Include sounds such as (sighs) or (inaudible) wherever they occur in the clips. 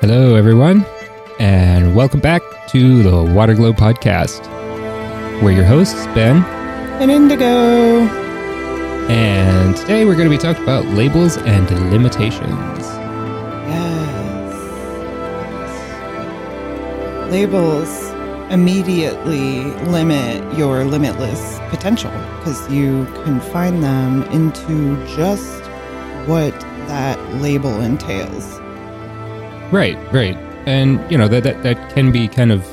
Hello, everyone, and welcome back to the Waterglow Podcast. We're your hosts, Ben, An indigo. and today we're going to be talking about labels and limitations. Yes. Labels immediately limit your limitless potential because you confine them into just what that label entails. Right, right, and you know that that, that can be kind of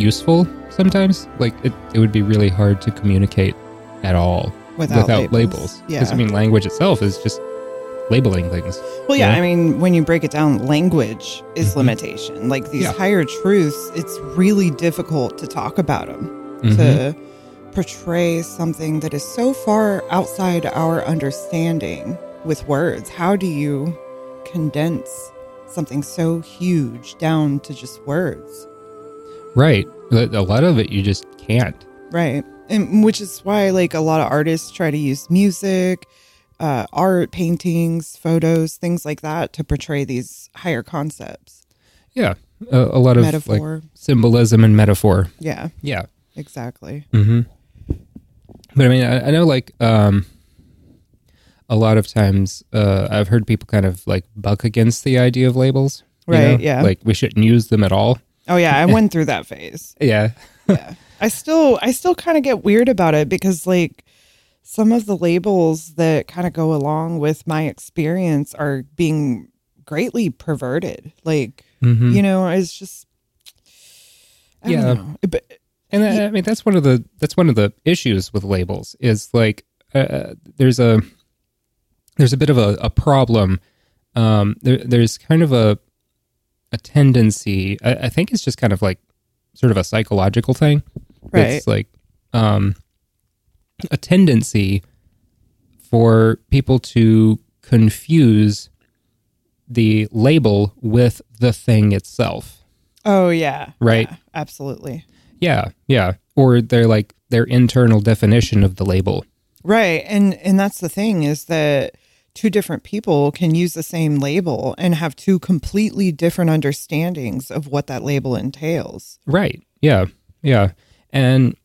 useful sometimes. Like it, it would be really hard to communicate at all Without labels. labels. Because Yeah. I mean, language itself is just labeling things. Well, yeah, Yeah. Mm-hmm. I mean, when you break it down, language is limitation. Like these Yeah. higher truths, it's really difficult to talk about them, to Mm-hmm. portray something that is so far outside our understanding with words. How do you condense something so huge down to just words? Right, a a lot of it you just can't. Right. And which is why like a lot of artists try to use music, uh, art, paintings, photos, things like that to portray these higher concepts. Yeah, a, a lot of like Metaphor. symbolism and metaphor. yeah, Yeah. exactly. Mm-hmm. But I mean, I, I know like um, a lot of times uh, I've heard people kind of like buck against the idea of labels. you Right, know? yeah. Like we shouldn't use them at all. Oh yeah, (laughs) I went through that phase. Yeah. Yeah. I still I still kind of get weird about it because like some of the labels that kind of go along with my experience are being greatly perverted. Like, Mhm. you know, it's just I Yeah. don't know. But And I, I mean, that's one of the that's one of the issues with labels is like uh, there's a there's a bit of a, a problem. Um, there, there's kind of a a tendency. I, I think it's just kind of like sort of a psychological thing. It's like um, a tendency for people to confuse the label with the thing itself. Oh yeah. Right. Yeah, absolutely. Yeah, yeah. Or their like their internal definition of the label. Right. And and that's the thing is that two different people can use the same label and have two completely different understandings of what that label entails. Right. Yeah. Yeah. And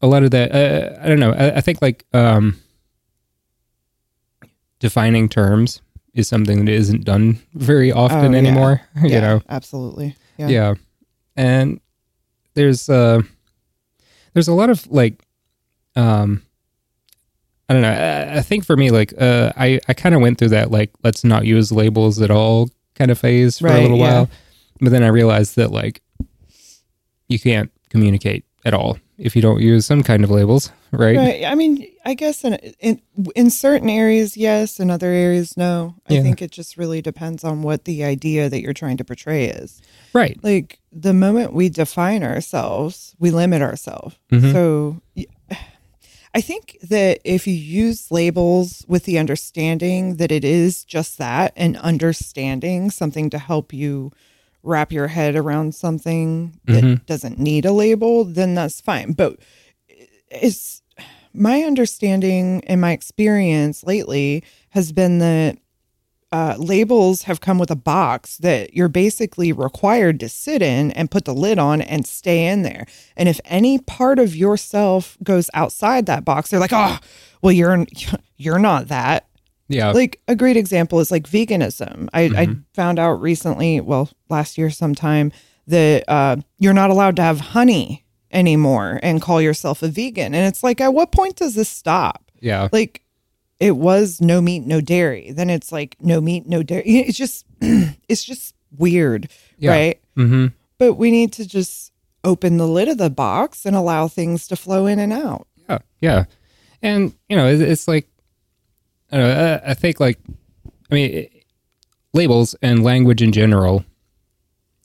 a lot of that, uh, I don't know. I, I think like um, defining terms is something that isn't done very often Oh, yeah. anymore. (laughs) You yeah, know. Absolutely. Yeah. yeah and there's uh there's a lot of like um i don't know i, I think for me like uh i i kind of went through that like let's not use labels at all kind of phase for a Right, little yeah. while but then i realized that like you can't communicate at all if you don't use some kind of labels right, Right. I mean, I guess in, in in certain areas, yes. In other areas, no. I Yeah. think it just really depends on what the idea that you're trying to portray is. right. Like the moment we define ourselves, we limit ourselves. Mhm. So y- (sighs) I think that if you use labels with the understanding that it is just that and understanding something to help you wrap your head around something that Mhm. doesn't need a label, then that's fine. But eh, it's (sighs) my understanding and my experience lately has been that uh, labels have come with a box that you're basically required to sit in and put the lid on and stay in there. And if any part of yourself goes outside that box, they're like, "Oh, well, you're (laughs) you're not that." yeah Like a great example is like veganism. I, I found out recently, well, last year sometime, that uh, you're not allowed to have honey anymore and call yourself a vegan. And it's like, at what point does this stop? yeah Like, it was no meat, no dairy. Then it's like no meat, no dairy. It's just, (clears throat) it's just weird, Yeah. right? mm-hmm But we need to just open the lid of the box and allow things to flow in and out. Yeah, Oh, yeah, and you know, it, it's like I, don't know, I, I think like I mean, it- labels and language in general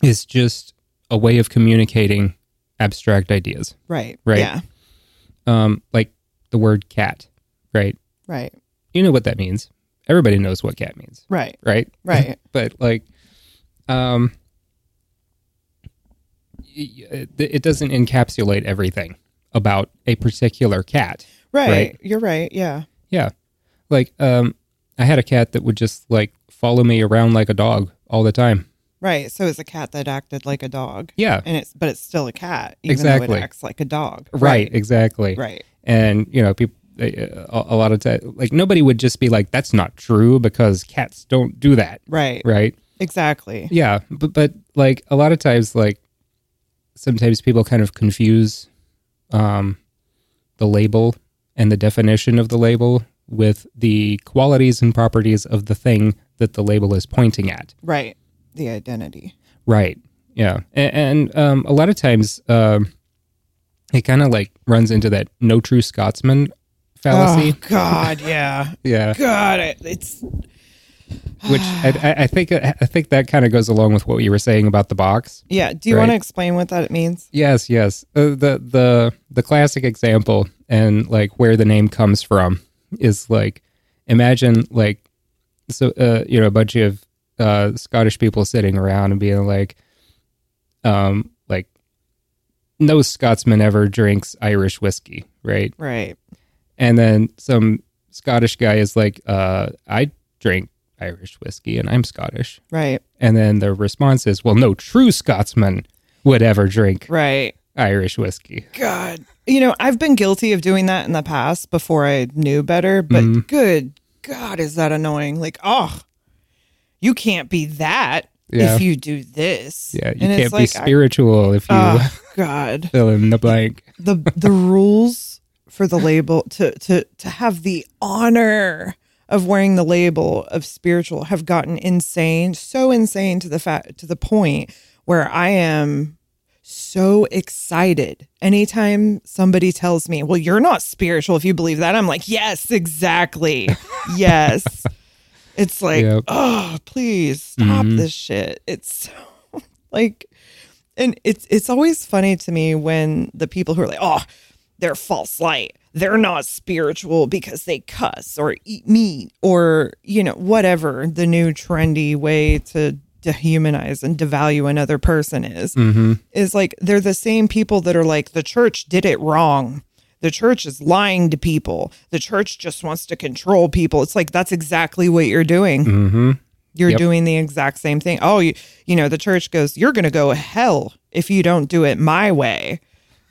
is just a way of communicating abstract ideas. Right. Right. Yeah. Um, like the word cat, right? Right. You know what that means. Everybody knows what cat means, Right. right? (laughs) Right. But like, um, y- y- it it doesn't encapsulate everything about a particular cat. Right. Right. You're right. Yeah. Yeah. Like um I had a cat that would just like follow me around like a dog all the time. Right. So it's a cat that acted like a dog. Yeah. And it's but it's still a cat, even though Exactly. it acts like a dog. Right. Exactly. Right. And you know, people a, a lot of time, like nobody would just be like, "That's not true," because cats don't do that, Right. right? (laughs) Exactly. Yeah, but but like a lot of times, like sometimes people kind of confuse um, the label and the definition of the label with the qualities and properties of the thing that the label is pointing at. Right. The identity. Right. Yeah. And, and um, a lot of times, um, it kind of like runs into that no true Scotsman fallacy. Oh God, yeah. Yeah. God, it, it's Which I, I- I think I think that kind of goes along with what you were saying about the box. yeah. Do you want to Right. explain what that means? Yes. Yes. Uh, the the the classic example and like where the name comes from is like imagine like so uh, you know a bunch of uh, Scottish people sitting around and being like, um, like no Scotsman ever drinks Irish whiskey, right? Right. And then some Scottish guy is like, uh, I drink Irish whiskey and I'm Scottish. Right. And then the response is, well, no true Scotsman would ever drink Right. Irish whiskey. God. You know, I've been guilty of doing that in the past before I knew better, but Mm-hmm. good God, is that annoying? Like, oh, you can't be that Yeah. if you do this. Yeah, you And can't it's like, be spiritual if you I- oh, God. (laughs) fill in the blank. the the rules for the label to to to have the honor of wearing the label of spiritual have gotten insane, so insane to the fact to the point where I am so excited anytime somebody tells me, "Well, you're not spiritual if you believe that." I'm like, "Yes, exactly. yes." It's like, Yep. "Oh, please stop Mhm. this shit." It's (laughs) so like and it's it's always funny to me when the people who are like, oh, they're false light. They're not spiritual because they cuss or eat meat or you know whatever the new trendy way to dehumanize and devalue another person is. Mm-hmm. Is like they're the same people that are like the church did it wrong. The church is lying to people. The church just wants to control people. It's like that's exactly what you're doing Mm-hmm. you're Yep. doing the exact same thing. Oh, you, you know, the church goes, you're going to go to hell if you don't do it my way.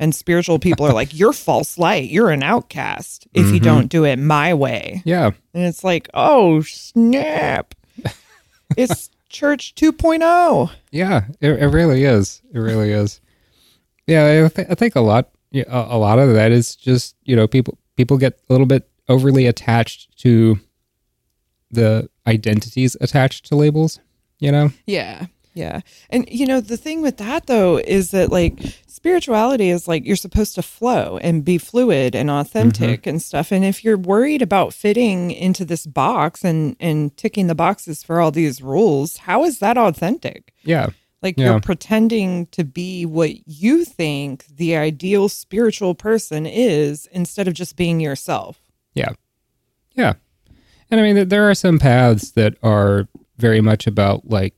And spiritual people are like, you're false light. You're an outcast if you don't do it my way. Yeah. And it's like, oh, snap. it's church oh. 2.0. Yeah, it, it really is. It really is. Yeah, I, th- I think a lot, yeah, a a lot of that is just you know people people get a little bit overly attached to the identities attached to labels. You know, Yeah. Yeah. And you know, the thing with that though is that like spirituality is like you're supposed to flow and be fluid and authentic and stuff. And if you're worried about fitting into this box and and ticking the boxes for all these rules, how is that authentic? yeah, Like Yeah. you're pretending to be what you think the ideal spiritual person is instead of just being yourself. yeah, yeah. And I mean, th- there are some paths that are very much about like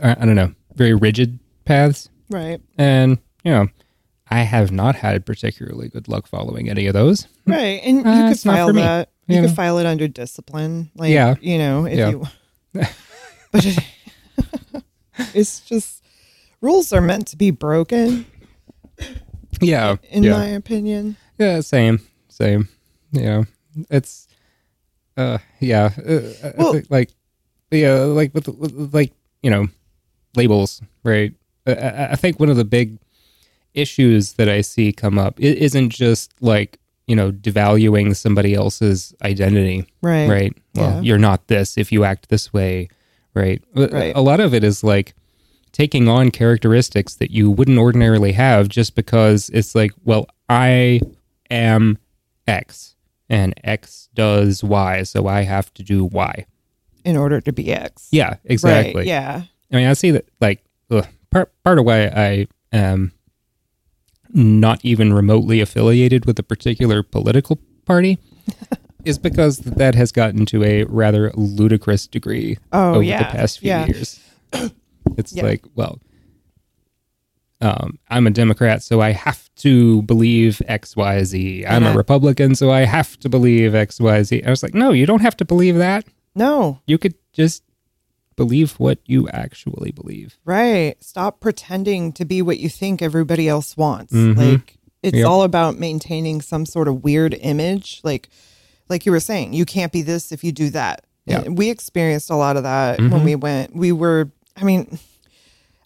I, I don't know, very rigid paths, Right. and you know, I have not had particularly good luck following any of those. Right. And Uh, you could it's not file for me, that. You, you could know? file it under discipline. Like, Yeah. you know, if Yeah. you. (laughs) But it, (laughs) it's just rules are meant to be broken, Yeah, in yeah. my opinion. Yeah, same, same. Yeah, it's, uh, yeah, uh, I Well- think, like, yeah, like with, with like you know, labels, right? I- I, I think one of the big issues that I see come up i- isn't just like you know devaluing somebody else's identity, Right. right? Well, Yeah. you're not this if you act this way, right? But Right. A lot of it is like taking on characteristics that you wouldn't ordinarily have just because it's like, well, I am X and X does Y, so I have to do Y. In order to be X. Yeah, exactly. Right. Yeah. I mean, I see that like ugh, part part of why I am not even remotely affiliated with a particular political (laughs) party is because that has gotten to a rather ludicrous degree Oh, over yeah. the past few Yeah. years. (coughs) It's Yeah. like, well, um, I'm a Democrat, so I have to believe X, Y, Z. I'm Yeah. a Republican, so I have to believe X, Y, Z. I was like, no, you don't have to believe that. No. You could just believe what you actually believe. Right. Stop pretending to be what you think everybody else wants. Mhm. Like it's Yep. all about maintaining some sort of weird image. Like like you were saying, you can't be this if you do that. Yeah. Mm-hmm. And We experienced a lot of that when we went. We were I mean,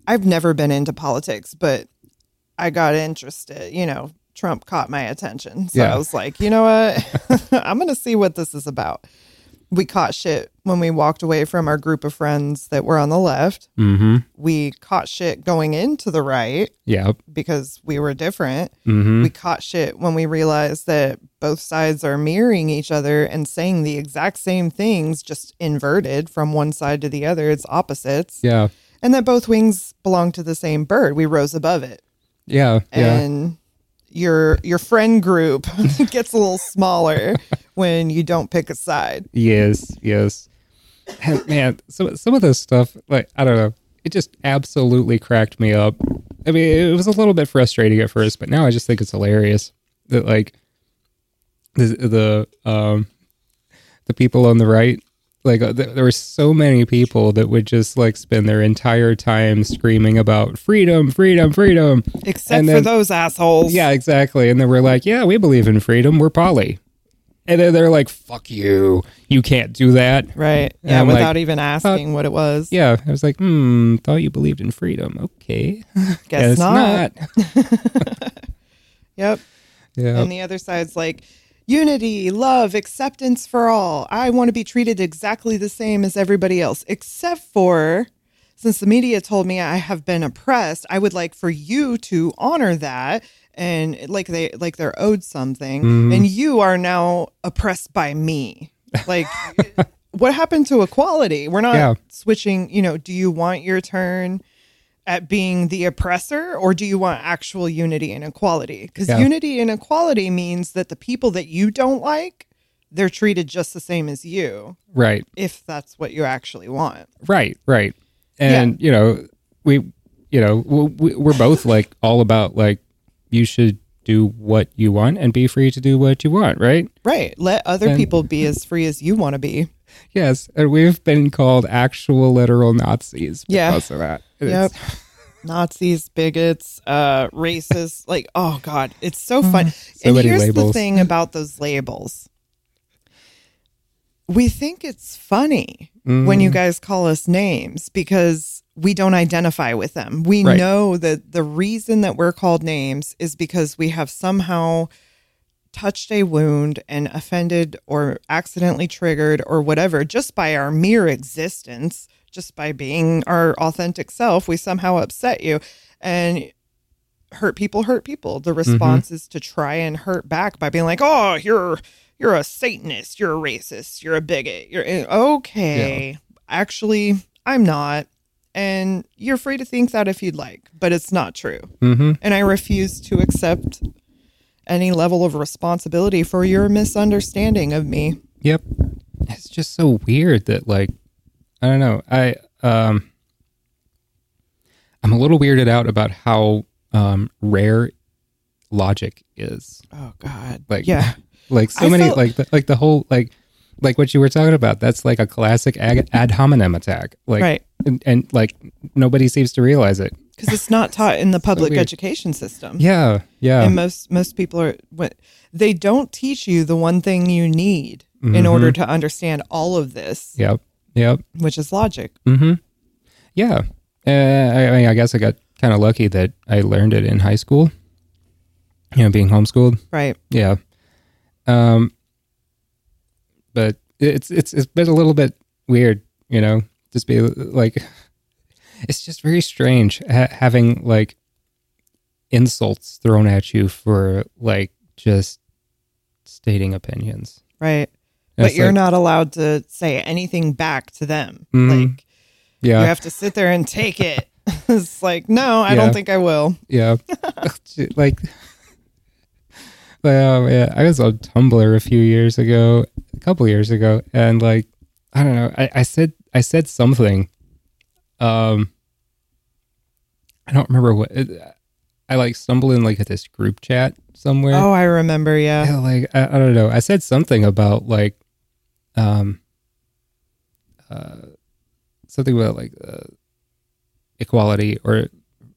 I've never been into politics, but I got interested, you know, Trump caught my attention. So Yeah. I was like, you know what? (laughs) I'm going to see what this is about. We caught shit when we walked away from our group of friends that were on the left Mm-hmm. we caught shit going into the right Yeah. because we were different. Mm-hmm. We caught shit when we realized that both sides are mirroring each other and saying the exact same things, just inverted from one side to the other. It's opposites. Yeah. And that both wings belong to the same bird. We rose above it. Yeah. Yeah. And your your friend group (laughs) gets a little (laughs) smaller when you don't pick a side. Yes, yes. And, Man, some some of this stuff, like I don't know, it just absolutely cracked me up. I mean, it was a little bit frustrating at first, but now I just think it's hilarious that like the the um the people on the right, like uh, th- there were so many people that would just like spend their entire time screaming about freedom, freedom, freedom. Except And for then- those assholes. Yeah, exactly. And then we're like, yeah, we believe in freedom. We're poly. And then they're like, fuck you. You can't do that. Right. Yeah. I'm like, without even asking what it was. Yeah, I was like, hmm, thought you believed in freedom. Okay. (laughs) Guess Guess not. Yep. Yeah. And the other side's like, unity, love, acceptance for all. I want to be treated exactly the same as everybody else, except for since the media told me I have been oppressed, I would like for you to honor that and like they like they're owed something Mm-hmm. and you are now oppressed by me. Like (laughs) what happened to equality? We're not Yeah. switching, you know, do you want your turn? at being the oppressor or do you want actual unity and equality because Yeah. unity and equality means that the people that you don't like they're treated just the same as you right. if that's what you actually want Right. Right. And, you know, we, you know, w- we, we're both like all about like, you should do what you want and be free to do what you want. Right. right let other And- people be as free as you want to be Yes. And we've been called actual literal Nazis Yeah. because of that. It's- yep nazis bigots uh racists like oh god it's so fun and Mm-hmm. many here's the labels. thing about those labels we think it's funny Mm-hmm. when Mm. you guys call us names because we don't identify with them. We Right. know that the reason that we're called names is because we have somehow touched a wound and offended or accidentally triggered or whatever just by our mere existence, just by being our authentic self, we somehow upset you. And hurt people hurt people. The response is to try and hurt back by being like, "Oh, you're you're a satanist, you're a racist, you're a bigot." You're eh, okay. Actually, I'm not. And you're free to think that if you'd like, but it's not true. Mhm. And I refuse to accept any level of responsibility for your misunderstanding of me. Yep. It's just so weird that like I don't know. I um I'm a little weirded out about how um rare logic is. Oh God. Like yeah. (laughs) Like so I many felt- like the, like the whole like like what you were talking about. That's like a classic ad, ad hominem attack. Like Right. and, and like nobody seems to realize it. Because (laughs) it's not taught in the public weird. education system. Yeah. Yeah. and most most people are what they don't teach you the one thing you need in Mhm. order to understand all of this yep. Yep. which is logic Mm-hmm. Yeah. Uh, I, I mean, I guess I got kind of lucky that I learned it in high school. You know, being homeschooled. right Yeah. Um. But it's it's it's been a little bit weird, you know. Just be like, (laughs) it's just very strange ha- having like insults thrown at you for like just stating opinions. right And but it's you're like, not allowed to say anything back to them Mhm. like Yeah. you have to sit there and take it (laughs) it's like no Yeah. i don't think i will Yeah. like, well, yeah. I was on Tumblr a few years ago, a couple years ago, and like, I don't know. I, I said I said something. Um, I don't remember what. It, I like stumbled in like at this group chat somewhere. oh i remember yeah Yeah, like I, I don't know. I said something about like, um, uh, something about like uh, equality or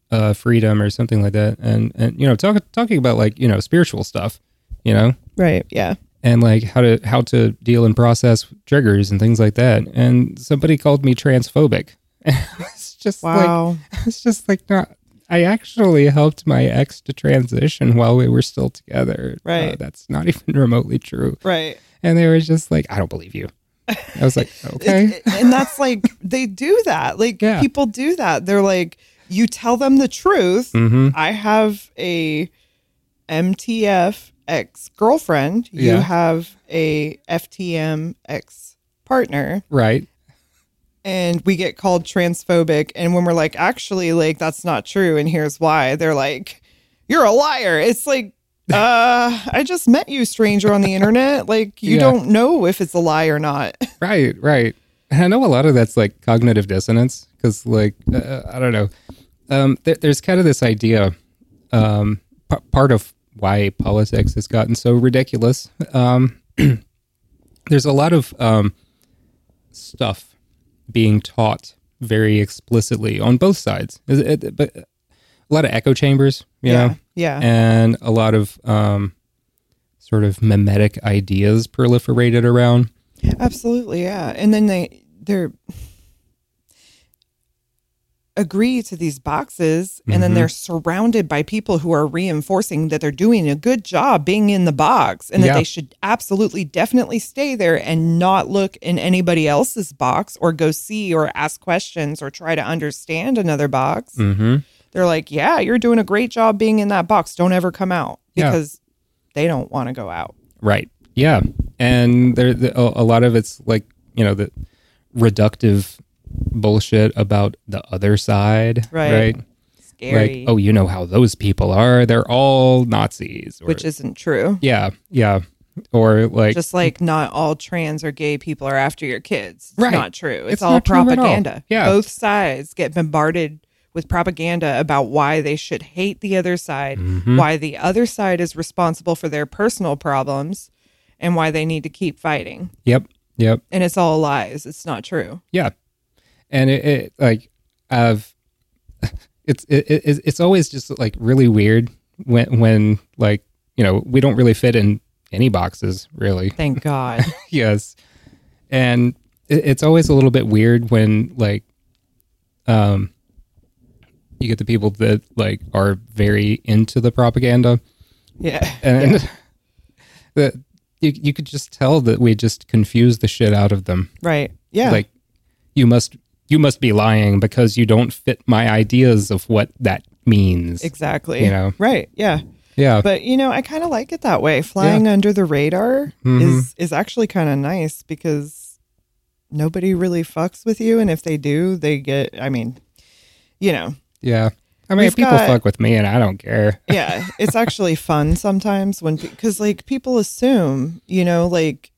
uh, freedom or something like that, and and you know talk, talking about like you know spiritual stuff, you know, Right. Yeah. and like how to how to deal and process triggers and things like that. And somebody called me transphobic. (laughs) it's just like Wow. it's just like not. I actually helped my ex to transition while we were still together. Uh, Right. that's not (laughs) even remotely true. right. And they were just like, I don't believe you. I was (laughs) like, okay. It- it- and that's like they do that. Like Yeah. people do that. They're like, you tell them the truth. mm-hmm. I have a MTF ex girlfriend. You Yeah. have a FTM ex partner. Right. And we get called transphobic. And when we're like, actually, like, that's not true. And here's why they're like, you're a liar. It's like, uh, I just met you, stranger, on the internet. Like, you Yeah. don't know if it's a lie or not. (laughs) Right. Right. And I know a lot of that's like cognitive dissonance because, like, uh, I don't know. Um, there there's kind of this idea. Um, p- part of why politics has gotten so ridiculous. Um, (clears throat) there's a lot of um, stuff being taught very explicitly on both sides, Is it- it- but a lot of echo chambers, you know, Yeah. and a lot of um, sort of mimetic ideas proliferated around. Absolutely, yeah. And then they they're agree to these boxes and then they're Mm-hmm. surrounded by people who are reinforcing that they're doing a good job being in the box and that Yeah. they should absolutely definitely stay there and not look in anybody else's box or go see or ask questions or try to understand another box. Mm-hmm. They're like, "Yeah, you're doing a great job being in that box. Don't ever come out." Yeah. Because they don't want to go out. Right. Yeah. And there, the, a a lot of it's like you know the reductive bullshit about the other side, Right. right? Scary. Like, oh, you know how those people are. They're all Nazis. Or, which isn't true. yeah, yeah. Or like just like not all trans or gay people are after your kids. It's Right. not true. It's, It's all not true at all. propaganda. Yeah. Both sides get bombarded with propaganda about why they should hate the other side, Mm-hmm. why the other side is responsible for their personal problems, and why they need to keep fighting. yep, yep. And it's all lies. It's not true. Yeah, and it, it like I've (laughs) it's it, it, it's always just like really weird when when like you know we don't really fit in any boxes really. (laughs) Thank God. yes, and it, it's always a little bit weird when like um you get the people that like are very into the propaganda yeah. and (laughs) that you, you could just tell that we just confuse the shit out of them Right. Yeah. like you must you must be lying because you don't fit my ideas of what that means exactly. you know. Right. Yeah. yeah But you know, I kind of like it that way. Flying under the radar Mm-hmm. is is actually kind of nice because nobody really fucks with you, and if they do, they get. I mean, you know, yeah i mean We've people got- fuck with me and i don't care yeah, it's actually fun sometimes when because like people assume, you know, like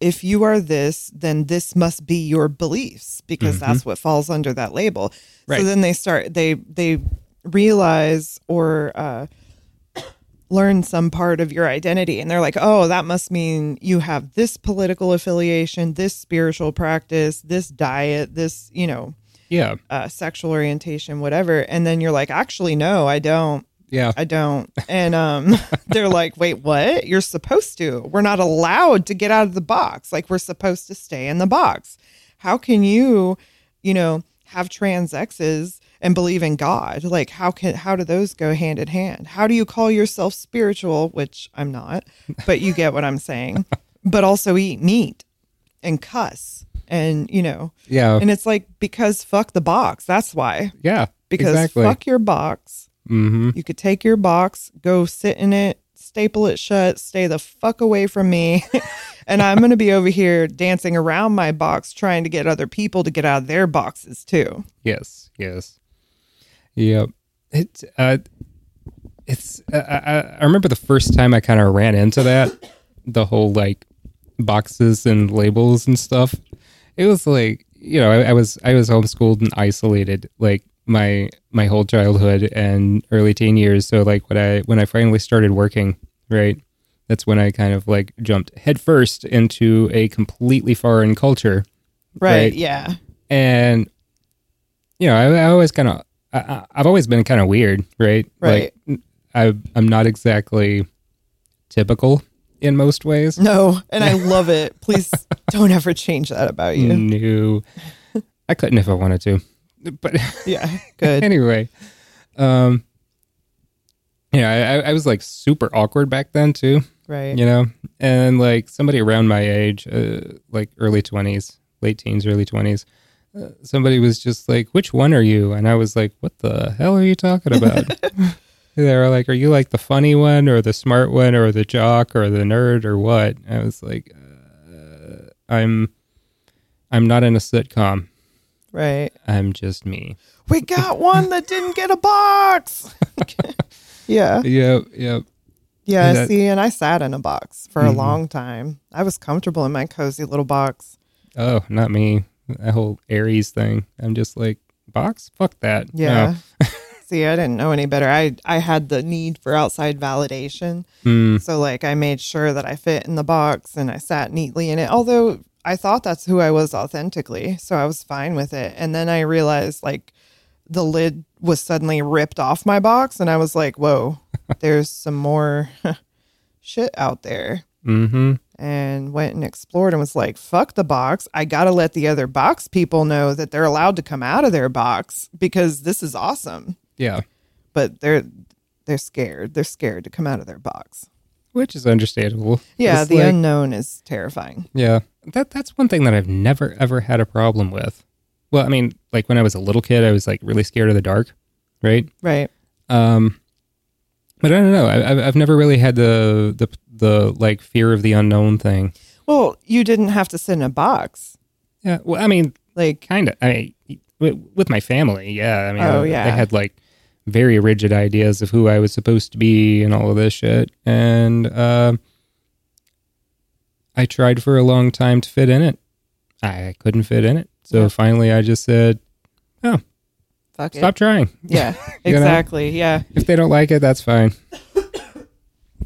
if you are this, then this must be your beliefs because that's what falls under that label. Right. So then they start they they realize or uh learn some part of your identity and they're like, "Oh, that must mean you have this political affiliation, this spiritual practice, this diet, this, you know, yeah uh sexual orientation, whatever." And then you're like, "Actually, no, I don't." yeah I don't. And um, (laughs) they're like, wait, what? You're supposed to. We're not allowed to get out of the box. Like, we're supposed to stay in the box. How can you, you know, have trans exes and believe in God? Like, how can, how do those go hand in hand? How do you call yourself spiritual, which I'm not, but you get what I'm saying, but also eat meat and cuss and, you know, yeah and it's like, because fuck the box. That's why. yeah Because exactly fuck your box. mm-hmm You could take your box, go sit in it, staple it shut, stay the fuck away from me. (laughs) and I'm going to be over here dancing around my box trying to get other people to get out of their boxes too. Yes, yes, yep. It, uh, it's. uh, I, I, I remember the first time I kind of ran into that, the whole like boxes and labels and stuff. It was like you know I, I was I was homeschooled and isolated like my my whole childhood and early teen years. So like when I when I finally started working, right, that's when I kind of like jumped headfirst into a completely foreign culture. Right. Right. Yeah. and you know, I, I always kind of, I, I- I've always been kind of weird, right? Right. Like, I, I'm not exactly typical in most ways. No, and I love it. Please (laughs) don't ever change that about you. No, I couldn't if I wanted to, but (laughs) Yeah, (laughs) good. anyway, um, yeah, I, I- I was like super awkward back then too, Right. you know, and like somebody around my age, uh, like early twenties, late teens, early twenties, uh, somebody was just like, "Which one are you?" And I was like, "What the hell are you talking about?" they were like, "Are you like the funny one, or the smart one, or the jock, or the nerd, or what?" I was like, uh, "I'm, I'm not in a sitcom. Right. I'm just me." We got one that didn't get a box. (laughs) yeah. Yeah, yeah. Yeah. that- see, and Mm-hmm. I sat in a box for a long time. I was comfortable in my cozy little box. Oh, not me. That whole Aries thing. I'm just like, box? Fuck that. No. Yeah. (laughs) see, I didn't know any better. I, I had the need for outside validation. Mm, So, like, I made sure that I fit in the box and I sat neatly in it. Although I thought that's who I was authentically. So I was fine with it. And then I realized, like, the lid was suddenly ripped off my box. And I was like, whoa, there's some more (laughs) shit out there. mm-hmm. And went and explored and was like, fuck the box. I got to let the other box people know that they're allowed to come out of their box because this is awesome. Yeah. But they're. They're scared. They're scared to come out of their box. Which is understandable. Yeah, It's the like- unknown is terrifying. yeah. That that's one thing that I've never ever had a problem with. Well, I mean, like when I was a little kid, I was like really scared of the dark, right? Right. Um, but I don't know. I, I've I've never really had the the the like fear of the unknown thing. Well, you didn't have to sit in a box. Yeah. Well, I mean, Like, kind of i mean wi- with my family yeah i mean Oh, I- yeah. they had like very rigid ideas of who i was supposed to be and all of this shit and uh, i tried for a long time to fit in it i couldn't fit in it so Yeah. finally i just said fuck it. stop trying (laughs) Yeah, You know? exactly. Yeah. if they don't like it that's fine (coughs)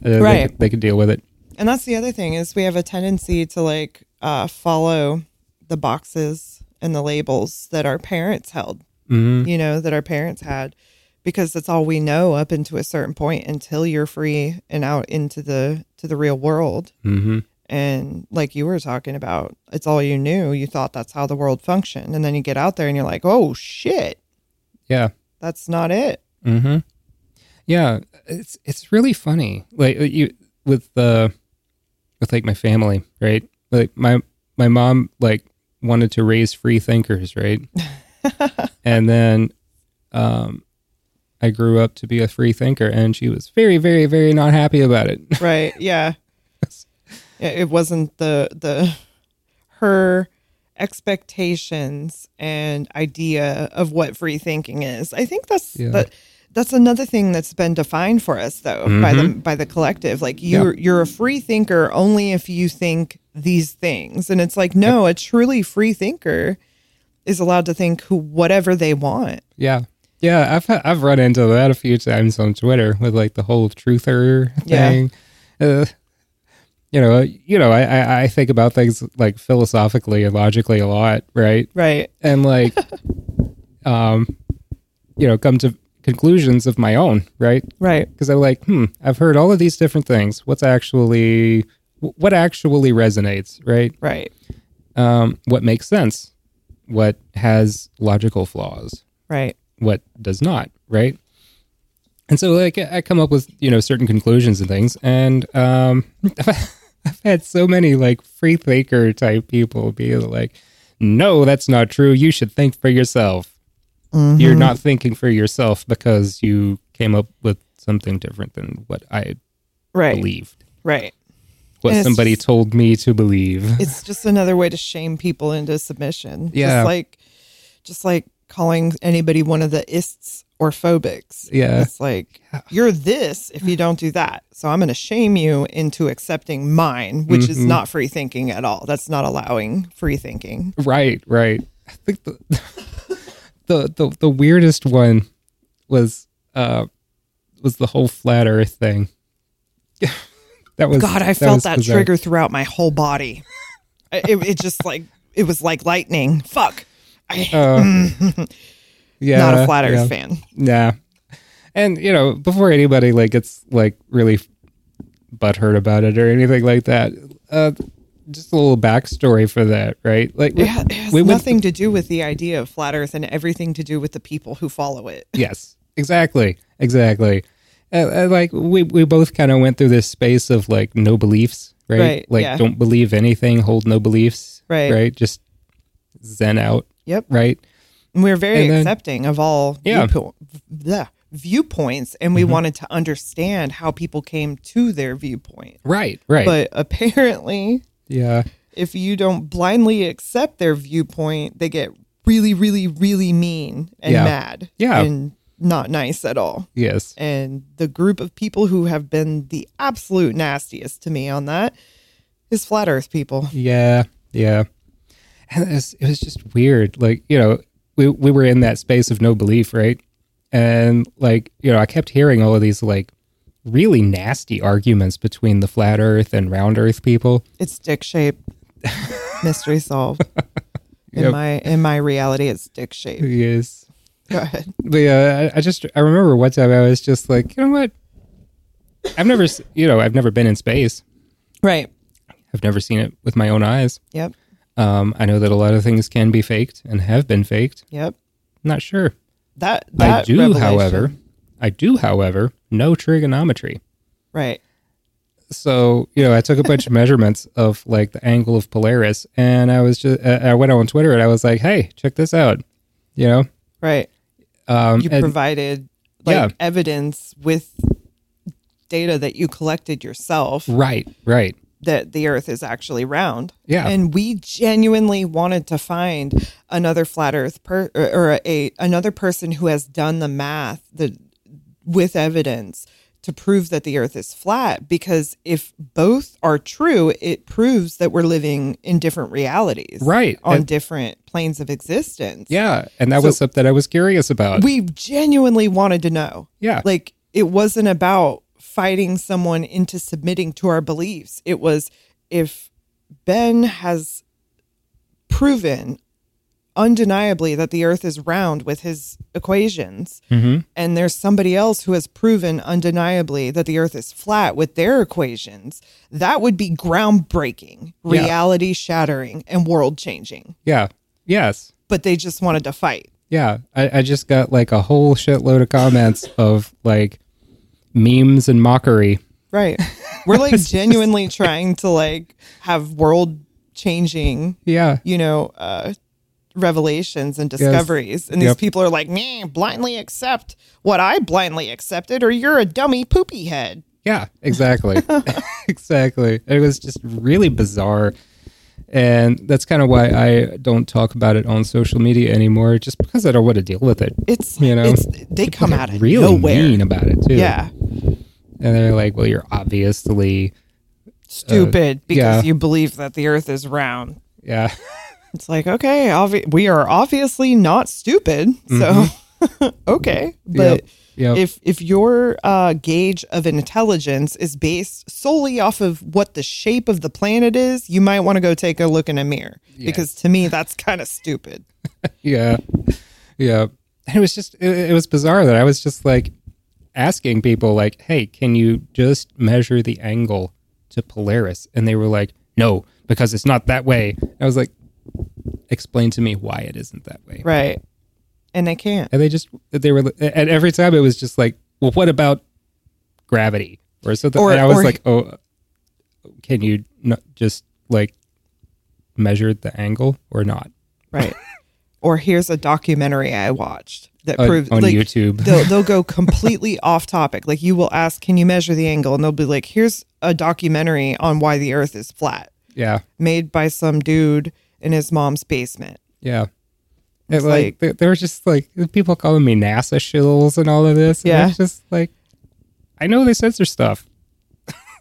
Uh, they Right. could- they could deal with it And that's the other thing is we have a tendency to like uh, follow the boxes and the labels that our parents held, hmm you know, that our parents had, because that's all we know up into a certain point until you're free and out into the to the real world. hmm and like you were talking about it's all you knew you thought that's how the world functioned and then you get out there and you're like oh shit yeah that's not it Mm-hmm. Yeah, it's it's really funny. Like uh, you with the with like my family, right? Like my my mom like wanted to raise free thinkers, right? and then um I grew up to be a free thinker and she was very very very not happy about it. right yeah Yeah, it wasn't the the her expectations and idea of what free thinking is i think that's Yeah. that, that's another thing that's been defined for us though by the by the collective like you're you're a free thinker only if you think these things and it's like no a truly free thinker is allowed to think who whatever they want Yeah. Yeah, I've I've run into that a few times on Twitter with like the whole truther Yeah. thing. Uh, you know, you know, I, I I think about things like philosophically and logically a lot, right? right And like, um, you know, come to conclusions of my own, right? right Because I'm like, hmm, I've heard all of these different things. What's actually wh- what actually resonates, right? right Um, what makes sense? What has logical flaws? right what does not, right? And so, like, I come up with you know certain conclusions and things, and um, (laughs) I've had so many like free thinker type people be like, "No, that's not true. You should think for yourself. You're not thinking for yourself because you came up with something different than what I right believed, right what And it's somebody just- told me to (laughs) believe." it's just another way to shame people into submission. Yeah. Just like just like calling anybody one of the ists or phobics. Yeah. It's like you're this if you don't do that. So I'm gonna shame you into accepting mine, which Mm-hmm. is not free thinking at all. That's not allowing free thinking. Right, right. I think the (laughs) the the, the weirdest one was uh was the whole flat Earth thing. (laughs) that was God, I felt was that, bizarre. trigger throughout my whole body. I- it, it just like it was like lightning. Fuck. Uh, yeah, Not a flat Earth yeah. fan. Nah. And you know, before anybody like gets like really butthurt about it or anything like that, uh, just a little backstory for that, right? Like, we- Yeah, it has we went nothing to do with the idea of flat Earth and everything to do with the people who follow it. yes, exactly, exactly. Uh, uh, like we we both kind of went through this space of like no beliefs, right? Right, like yeah. don't believe anything, hold no beliefs, Right. Right, just zen out, Yep. right? And we're very And then- accepting of all Yeah. Mm-hmm. viewpo- bleh, viewpoints, and we wanted to understand how people came to their viewpoint. Right, right. But apparently, yeah, if you don't blindly accept their viewpoint, they get really, really, really mean and Yeah. mad. Yeah. And not nice at all. yes, And the group of people who have been the absolute nastiest to me on that is flat earth people. Yeah, yeah. And it was, it was just weird. Like, you know, we, we were in that space of no belief, right? And like, you know, I kept hearing all of these like really nasty arguments between the flat earth and round earth people. It's dick shape. (laughs) Mystery solved. In Yep. my in my reality, it's dick (laughs) shape. Yes. Go ahead. But yeah, I, I just, I remember one time I was just like, you know what? I've never, s- you know, I've never been in space. Right. I've never seen it with my own eyes. Yep. Um, I know that a lot of things can be faked and have been faked. Yep. Not sure. That I that do, revelation- however, I do, however, know trigonometry. Right. So you know, I took a bunch (laughs) of measurements of like the angle of Polaris, and I was just uh, I went on Twitter and I was like, "Hey, check this out," you know. Right. Um, you and- provided like Yeah. evidence with data that you collected yourself right, right, that the earth is actually round Yeah. and we genuinely wanted to find another flat earth per- or, or a another person who has done the math the with evidence to prove that the earth is flat because if both are true it proves that we're living in different realities right. on And- different planes of existence yeah, and that was stuff that I was curious about. we genuinely wanted to know yeah, like it wasn't about fighting someone into submitting to our beliefs it was if ben has proven undeniably that the earth is round with his equations Mhm. and there's somebody else who has proven undeniably that the earth is flat with their equations that would be groundbreaking Yeah. reality shattering and world changing yeah, yes, but they just wanted to fight yeah. I, I just got like a whole shitload of comments (laughs) of like memes and mockery. Right. (laughs) We're like genuinely trying to like have world changing, Yeah, you know, uh revelations and discoveries. And these Yep. people are like, "Meh, blindly accept what I blindly accepted or you're a dummy poopy head." Yeah, (laughs) exactly. (laughs) exactly. It was just really bizarre. And that's kind of why I don't talk about it on social media anymore, just because I don't want to deal with it. It's You you know, know, it's, they come out of Really nowhere. mean about it too. Yeah. And they're like, Well, you're obviously Stupid because Uh, yeah. you believe that the earth is round. yeah. It's like, okay, obvi- we are obviously not stupid. So, (laughs) okay. But Mm-hmm. Yep, yep. if if your uh, gauge of intelligence is based solely off of what the shape of the planet is, you might want to go take a look in a mirror because to me, that's kind of stupid. yeah. Yeah. And it was just it, it was bizarre that I was just like asking people like, "Hey, can you just measure the angle to Polaris?" And they were like, "No, because it's not that way." I was like, "Explain to me why it isn't that way." Right. And I can't. And they just they were and every time it was just like, "Well, what about gravity?" Or something. Or- and I was or- like, "Oh, can you not just like measure the angle or not?" (laughs) Right. or here's a documentary I watched that On- proves on like, YouTube. (laughs) they'll, they'll go completely off topic. Like you will ask, can you measure the angle? And they'll be like, here's a documentary on why the earth is flat Yeah. made by some dude in his mom's basement. Yeah. It, like, like- there, there was just like people calling me NASA shills and all of this. And Yeah. it's just like I know they censor stuff.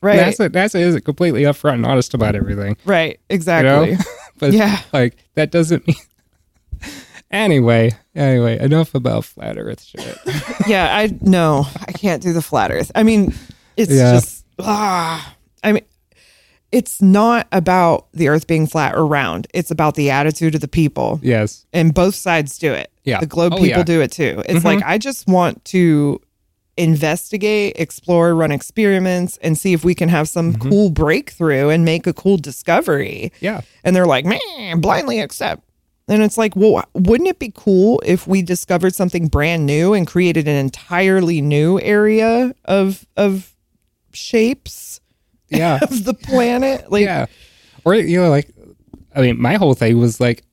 Right. NASA NASA isn't completely upfront and honest about everything. Right. You know? Exactly. (laughs) but Yeah. like that doesn't mean (laughs) Anyway, anyway, enough about flat earth shit. (laughs) yeah. I no, I can't do the flat earth. I mean, it's Yeah. just ah. I mean, it's not about the earth being flat or round. It's about the attitude of the people. Yes. And both sides do it. Yeah. The globe Oh, people yeah. do it too. It's Mhm. like I just want to investigate, explore, run experiments and see if we can have some Mm-hmm. cool breakthrough and make a cool discovery. Yeah. And they're like, "Man, blindly accept." And it's like, "Well, wouldn't it be cool if we discovered something brand new and created an entirely new area of of shapes?" (laughs) Yeah. of the planet. Like, yeah. Or you know, like I mean, my whole thing was like,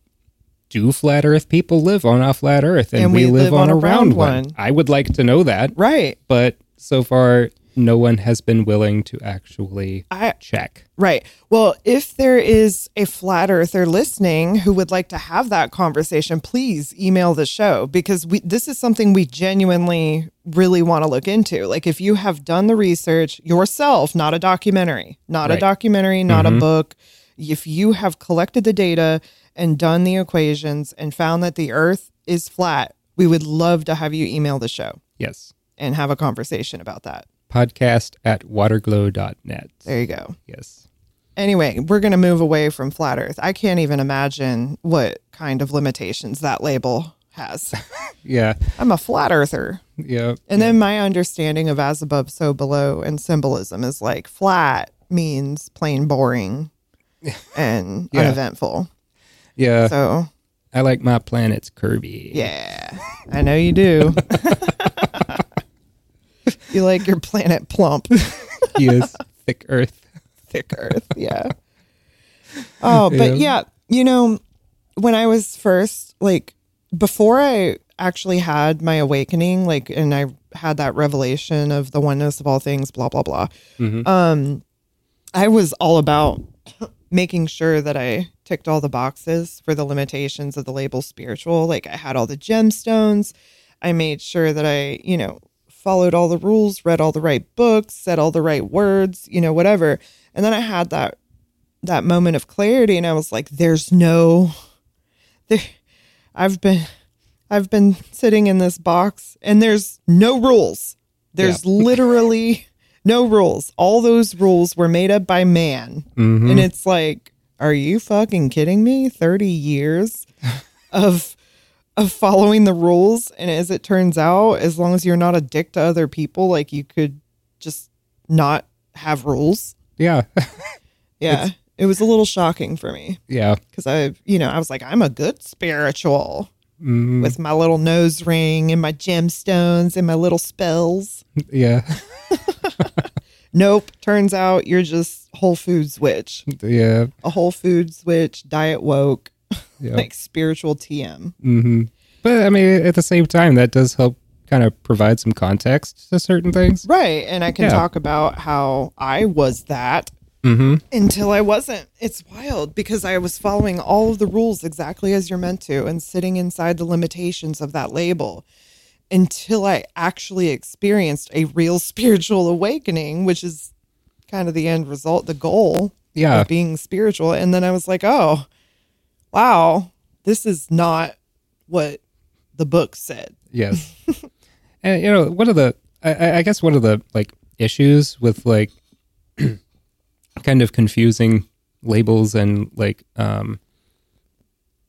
do flat Earth people live on a flat Earth, and, we, live, on, a round one. one. I would like to know that, right, but so far, no one has been willing to actually I- check. right. Well, if there is a flat earther listening who would like to have that conversation, please email the show because we this is something we genuinely really want to look into. Like, if you have done the research yourself, not a documentary, not a Right. documentary, not a book. If you have collected the data and done the equations and found that the Earth is flat, we would love to have you email the show Yes. and have a conversation about that. Podcast at waterglow.net. There you go. Yes. anyway, we're going to move away from flat earth. I can't even imagine what kind of limitations that label (laughs) has. Yeah. I'm a flat earther. Yeah. And then my understanding of as above, so below and symbolism is like flat means (laughs) plain boring and Yeah. (laughs) uneventful. Yeah. So, I like my planets curvy. (laughs) yeah, I know you do. (laughs) you like your planet plump, Yes. Thick Earth. thick earth. Yeah. Oh, but yeah, you know, when I was first like before I actually had my awakening, like, and I had that revelation of the oneness of all things, blah blah blah. Um, I was all about making sure that I ticked all the boxes for the limitations of the label spiritual. Like, I had all the gemstones. I made sure that I, you know, followed all the rules, read all the right books, said all the right words, you know, whatever. And then I had that that moment of clarity and I was like, there's no there I've been I've been sitting in this box and there's no rules. There's literally no rules. All those rules were made up by man. Mhm. And it's like, are you fucking kidding me? 30 years of of following the rules and as it turns out, as long as you're not a dick to other people, like you could just not have rules. Yeah. Yeah. it was a little shocking for me yeah. because I, you know, I was like, I'm a good spiritual Mm, with my little nose ring and my gemstones and my little spells. yeah. (laughs) Nope. Turns out you're just Whole Foods witch, Yeah. a Whole Foods witch, diet woke, (laughs) Yeah. like spiritual TM. hmm But I mean, at the same time, that does help kind of provide some context to certain things. Right. And I can Yeah. talk about how I was that Mm-hmm. until I wasn't. It's wild because I was following all of the rules exactly as you're meant to and sitting inside the limitations of that label until I actually experienced a real (laughs) spiritual awakening, which is kind of the end result, the goal Yeah. of being spiritual. And then I was like, oh, wow, this is not what the book said. Yes. and you know, one of the, I- I, I guess, one of the like issues with like (clears throat) kind of confusing labels and like, um,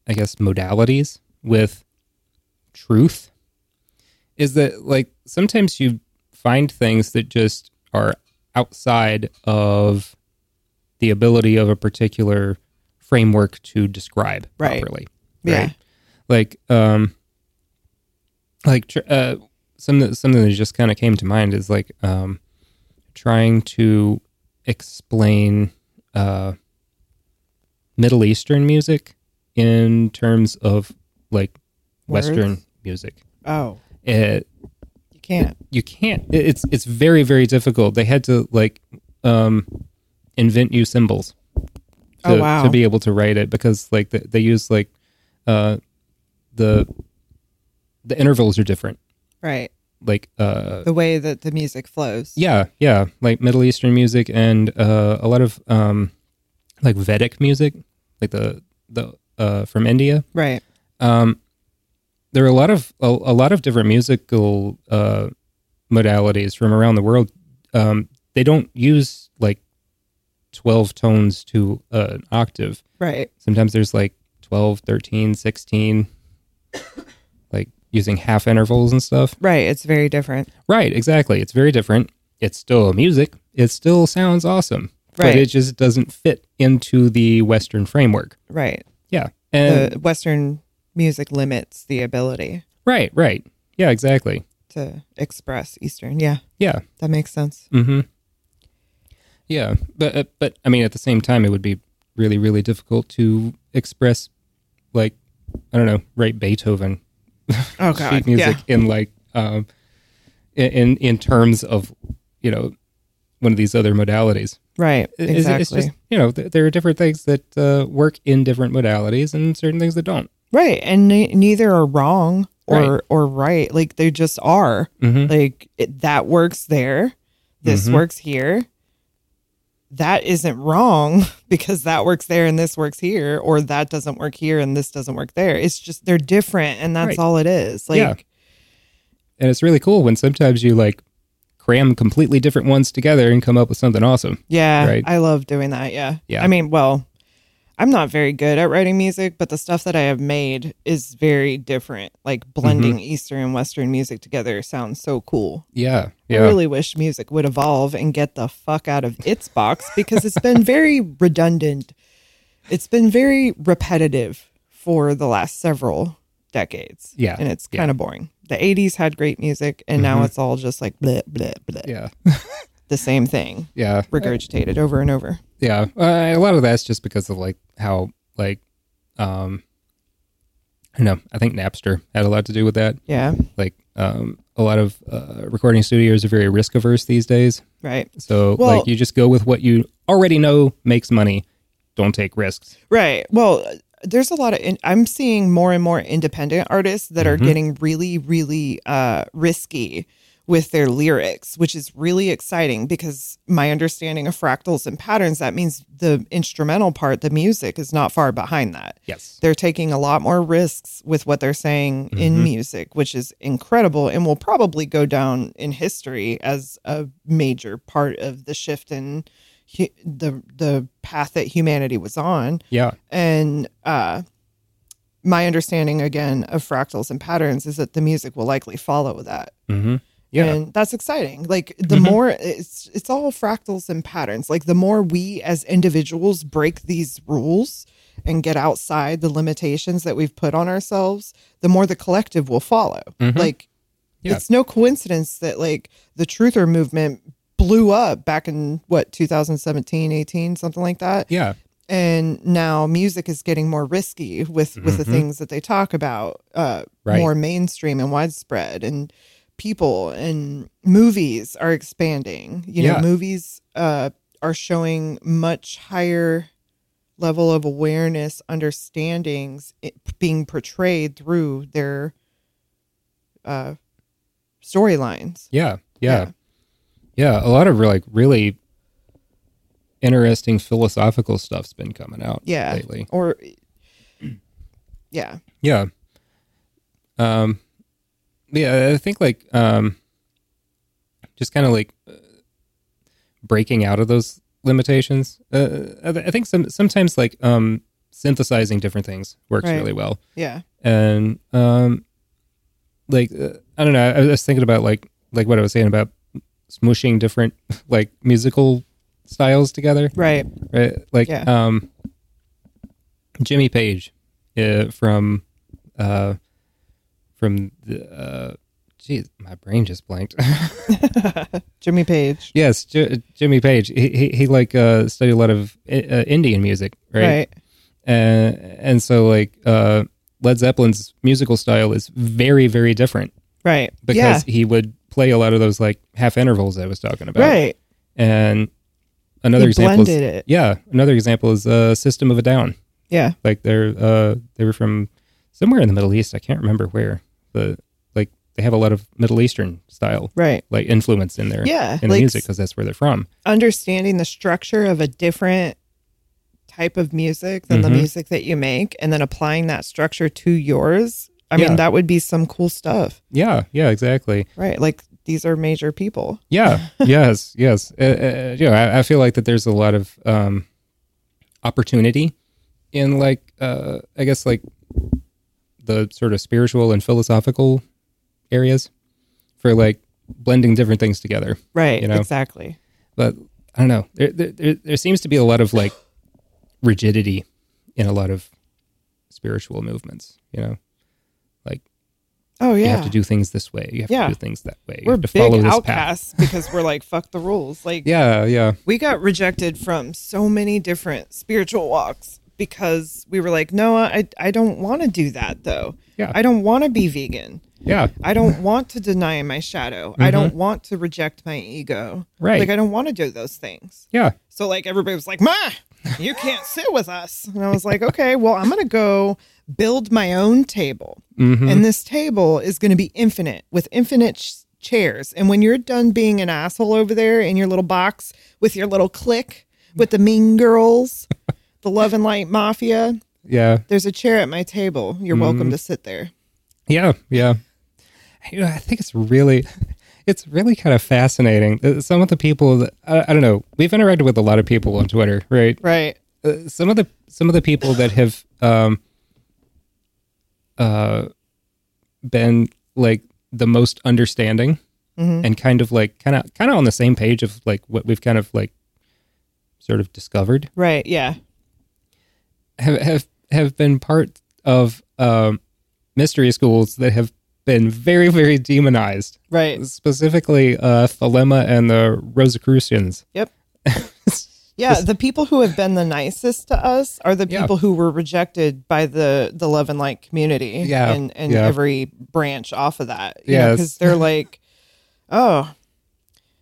I guess, modalities with truth is that like sometimes you find things that just are outside of the ability of a particular framework to describe Right. properly. Yeah. Right? like um like tr- uh something something that just kind of came to mind is like um trying to explain uh middle eastern music in terms of like western Words? music Oh, it you can't. you can't it- it's it's very very difficult they had to like um invent new symbols to, Oh, wow. to be able to write it because like the, they use like uh the the intervals are different Right. like uh The way that the music flows. yeah yeah like middle eastern music and uh a lot of um like vedic music like the the uh from india Right. um, there are a lot of a, a lot of different musical uh, modalities from around the world. Um, they don't use like 12 tones to uh, an octave. Right. Sometimes there's like 12, 13, 16, like using half intervals and stuff. Right. It's very different. Right, exactly. It's very different. It's still music. It still sounds awesome. But Right. it just doesn't fit into the Western framework. Right. Yeah. And the Western music limits the ability right, right. Yeah, exactly. to express Eastern. Yeah. Yeah. That makes sense. Mm-hmm. Yeah, but uh, but I mean, at the same time, it would be really really difficult to express, like, I don't know, write Beethoven Oh, sheet music in like um, in- in in terms of you know one of these other modalities. Right. It- it's- Exactly. It's, just you know th- there are different things that uh, work in different modalities and certain things that don't. right. And ne- neither are wrong or, Right. or right. Like they just are. Mm-hmm. Like it, that works there. This Mhm. works here. That isn't wrong (laughs) because that works there and this works here, or that doesn't work here and this doesn't work there. It's just they're different and that's Right. all it is. Like, Yeah. And it's really cool when sometimes you like cram completely different ones together and come up with something awesome. Yeah, Right. I love doing that. Yeah. Yeah. I mean, well, I'm not very good at writing music, but the stuff that I have made is very different. Like Mm-hmm. blending Eastern and Western music together sounds so cool. Yeah, I yeah, really wish music would evolve and get the fuck out of its box because it's been very redundant. It's been very repetitive for the last several decades. Yeah. And it's Yeah. Mm-hmm. kind of boring. The 80s had great music, and now it's all just like bleh, bleh, bleh. yeah, The same thing yeah. regurgitated over and over. yeah uh, a lot of that's just because of like how like um i don't know i think napster had a lot to do with that Yeah. like um a lot of uh, recording studios are very risk averse these days Right. so Well- like you just go with what you already know makes money don't take risks Right. Well, there's a lot of in, I'm seeing more and more independent artists that are getting really really uh risky with their lyrics, which is really exciting because my understanding of fractals and patterns that means the instrumental part, the music is not far behind that. yes They're taking a lot more risks with what they're saying in music, which is incredible and will probably go down in history as a major part of the shift in hu- the the path that humanity was on yeah and uh my understanding again of fractals and patterns is that the music will likely follow that mm-hmm yeah Mm-hmm. and that's exciting like the more it's it's all fractals and patterns like the more we as individuals break these rules and get outside the limitations that we've put on ourselves the more the collective will follow Mhm. like Yeah. it's no coincidence that like the truther movement blew up back in what 2017 18 something like that yeah and now music is getting more risky with with the Mhm. things that they talk about uh Right. more mainstream and widespread and people and movies are expanding you Yeah. know movies uh are showing much higher level of awareness understandings it, being portrayed through their uh storylines Yeah, yeah, yeah. A lot of like really interesting philosophical stuff's been coming out yeah lately. or (clears throat) yeah Yeah. Um, yeah, I think like um, just kind of like uh, breaking out of those limitations. Uh, I, th- I think some sometimes like um synthesizing different things works Right. really well yeah and um like uh, i don't know i was thinking about like like what i was saying about smooshing different (laughs) like musical styles together right right like Yeah. um jimmy page uh, from uh from the uh geez my brain just blanked (laughs) jimmy page yes J- jimmy page he, he he like uh studied a lot of uh, indian music right right. and and so like uh led zeppelin's musical style is very very different Right. because he would play a lot of those like half intervals I was talking yeah. about. right. And another He example is, blended it. yeah, another example is uh, System of a Down. Yeah. Like they're uh, they were from somewhere in the Middle East. I can't remember where. But like they have a lot of Middle Eastern style Right. like influence in their Yeah, in the like music s- because that's where they're from. Understanding the structure of a different type of music than the Mhm. music that you make and then applying that structure to yours. I Yeah. mean, that would be some cool stuff. Yeah, yeah, exactly. Right. Like these are major people. (laughs) Yeah. yes. Yes. Uh, uh, you know, I, I feel like that there's a lot of um, opportunity in like uh, I guess like the sort of spiritual and philosophical areas for like blending different things together. Right. You know. Exactly. But I don't know. There, there, there, there seems to be a lot of like rigidity in a lot of spiritual movements. You know, Oh yeah. you have to do things this way. You have Yeah. to do things that way. You we're have to big follow this path. outcasts because we're like fuck the rules. Like Yeah. Yeah. we got rejected from so many different spiritual walks because we were like, no, I I don't want to do that though. Yeah. I don't want to be vegan. Yeah. I don't want to deny my shadow. I don't want to reject my ego. Right. Like I don't want to do those things. Yeah. So like everybody was like, Ma, you can't sit with us. And I was like, okay, well, I'm gonna go build my own table. And this table is gonna be infinite with infinite sh- chairs. And when you're done being an asshole over there in your little box with your little clique with the mean girls, the love and light mafia, Yeah. there's a chair at my table. You're welcome to sit there. Yeah, yeah. You know, I think it's really, it's really kind of fascinating. Uh, Some of the people, that, I, I don't know, we've interacted with a lot of people on Twitter, right? Right. Uh, some of the some of the people that have um, uh, been like the most understanding and kind of like kind of kind of on the same page of like what we've kind of like sort of discovered Right. Yeah. have have have been part of um, mystery schools that have been very very demonized, Right. specifically uh, Thelema and the Rosicrucians. (laughs) Yep. Yeah, the people who have been the nicest to us are the Yeah. people who were rejected by the the love and light community. Yeah, and and yeah. every branch off of that. Yes. (laughs) because they're like, oh,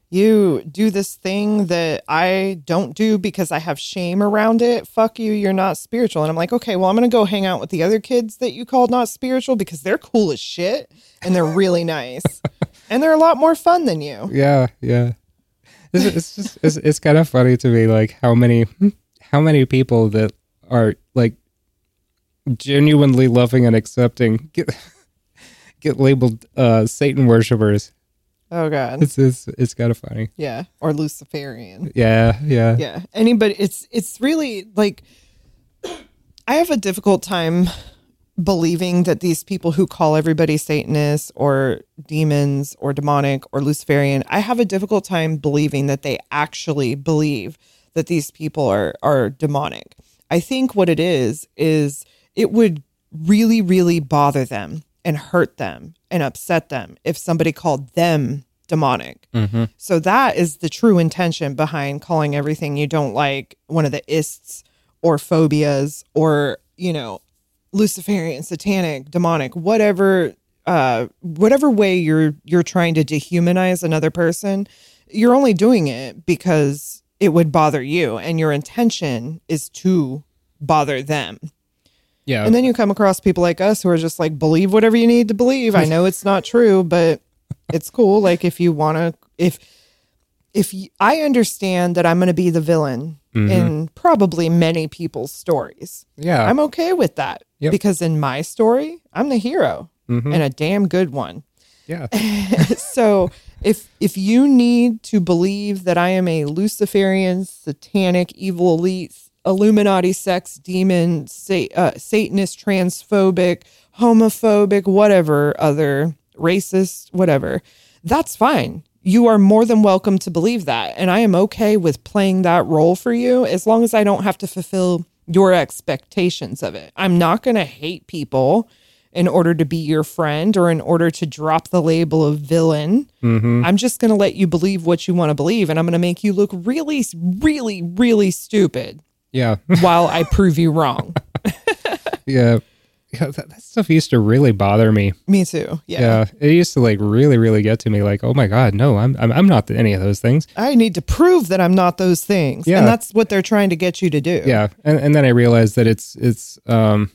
you do this thing that I don't do because I have shame around it. Fuck you, you're not spiritual. And I'm like, okay, well, I'm gonna go hang out with the other kids that you called not spiritual because they're cool as shit and they're (laughs) really nice and they're a lot more fun than you. Yeah, yeah. It's, it's just it's, it's kind of funny to me, like how many how many people that are like genuinely loving and accepting get get labeled uh, Satan worshippers. Oh god, It's it's it's kind of funny. yeah, or Luciferian. Yeah, yeah, yeah anybody it's it's really like i have a difficult time believing that these people who call everybody satanists or demons or demonic or luciferian i have a difficult time believing that they actually believe that these people are are demonic i think what it is is it would really really bother them and hurt them and upset them if somebody called them demonic so that is the true intention behind calling everything you don't like one of the ists or phobias or, you know, Luciferian, satanic, demonic, whatever uh whatever way you're you're trying to dehumanize another person, you're only doing it because it would bother you and your intention is to bother them. yeah. And then you come across people like us who are just like, believe whatever you need to believe. I know it's not true, but it's cool. Like if you want to, if if y- I understand that I'm going to be the villain in probably many people's stories, yeah. I'm okay with that Ah. Yep. because in my story, I'm the hero Mhm. and a damn good one. yeah. (laughs) so if if you need to believe that I am a Luciferian, satanic, evil elite, Illuminati, sex demon, sa- uh, Satanist, transphobic, homophobic, whatever other racist, whatever, that's fine. You are more than welcome to believe that, and I am okay with playing that role for you as long as I don't have to fulfill your expectations of it. I'm not going to hate people in order to be your friend or in order to drop the label of villain. Mm-hmm. I'm just going to let you believe what you want to believe and I'm going to make you look really, really, really stupid Yeah. (laughs) while I prove you wrong. Yeah. Yeah, that, that stuff used to really bother me. Me too. Yeah. Yeah. It used to like really, really get to me. Like, oh my God, no, I'm, I'm, I'm not any of those things. I need to prove that I'm not those things. Yeah. And that's what they're trying to get you to do. Yeah. And, and then I realized that it's, it's, um,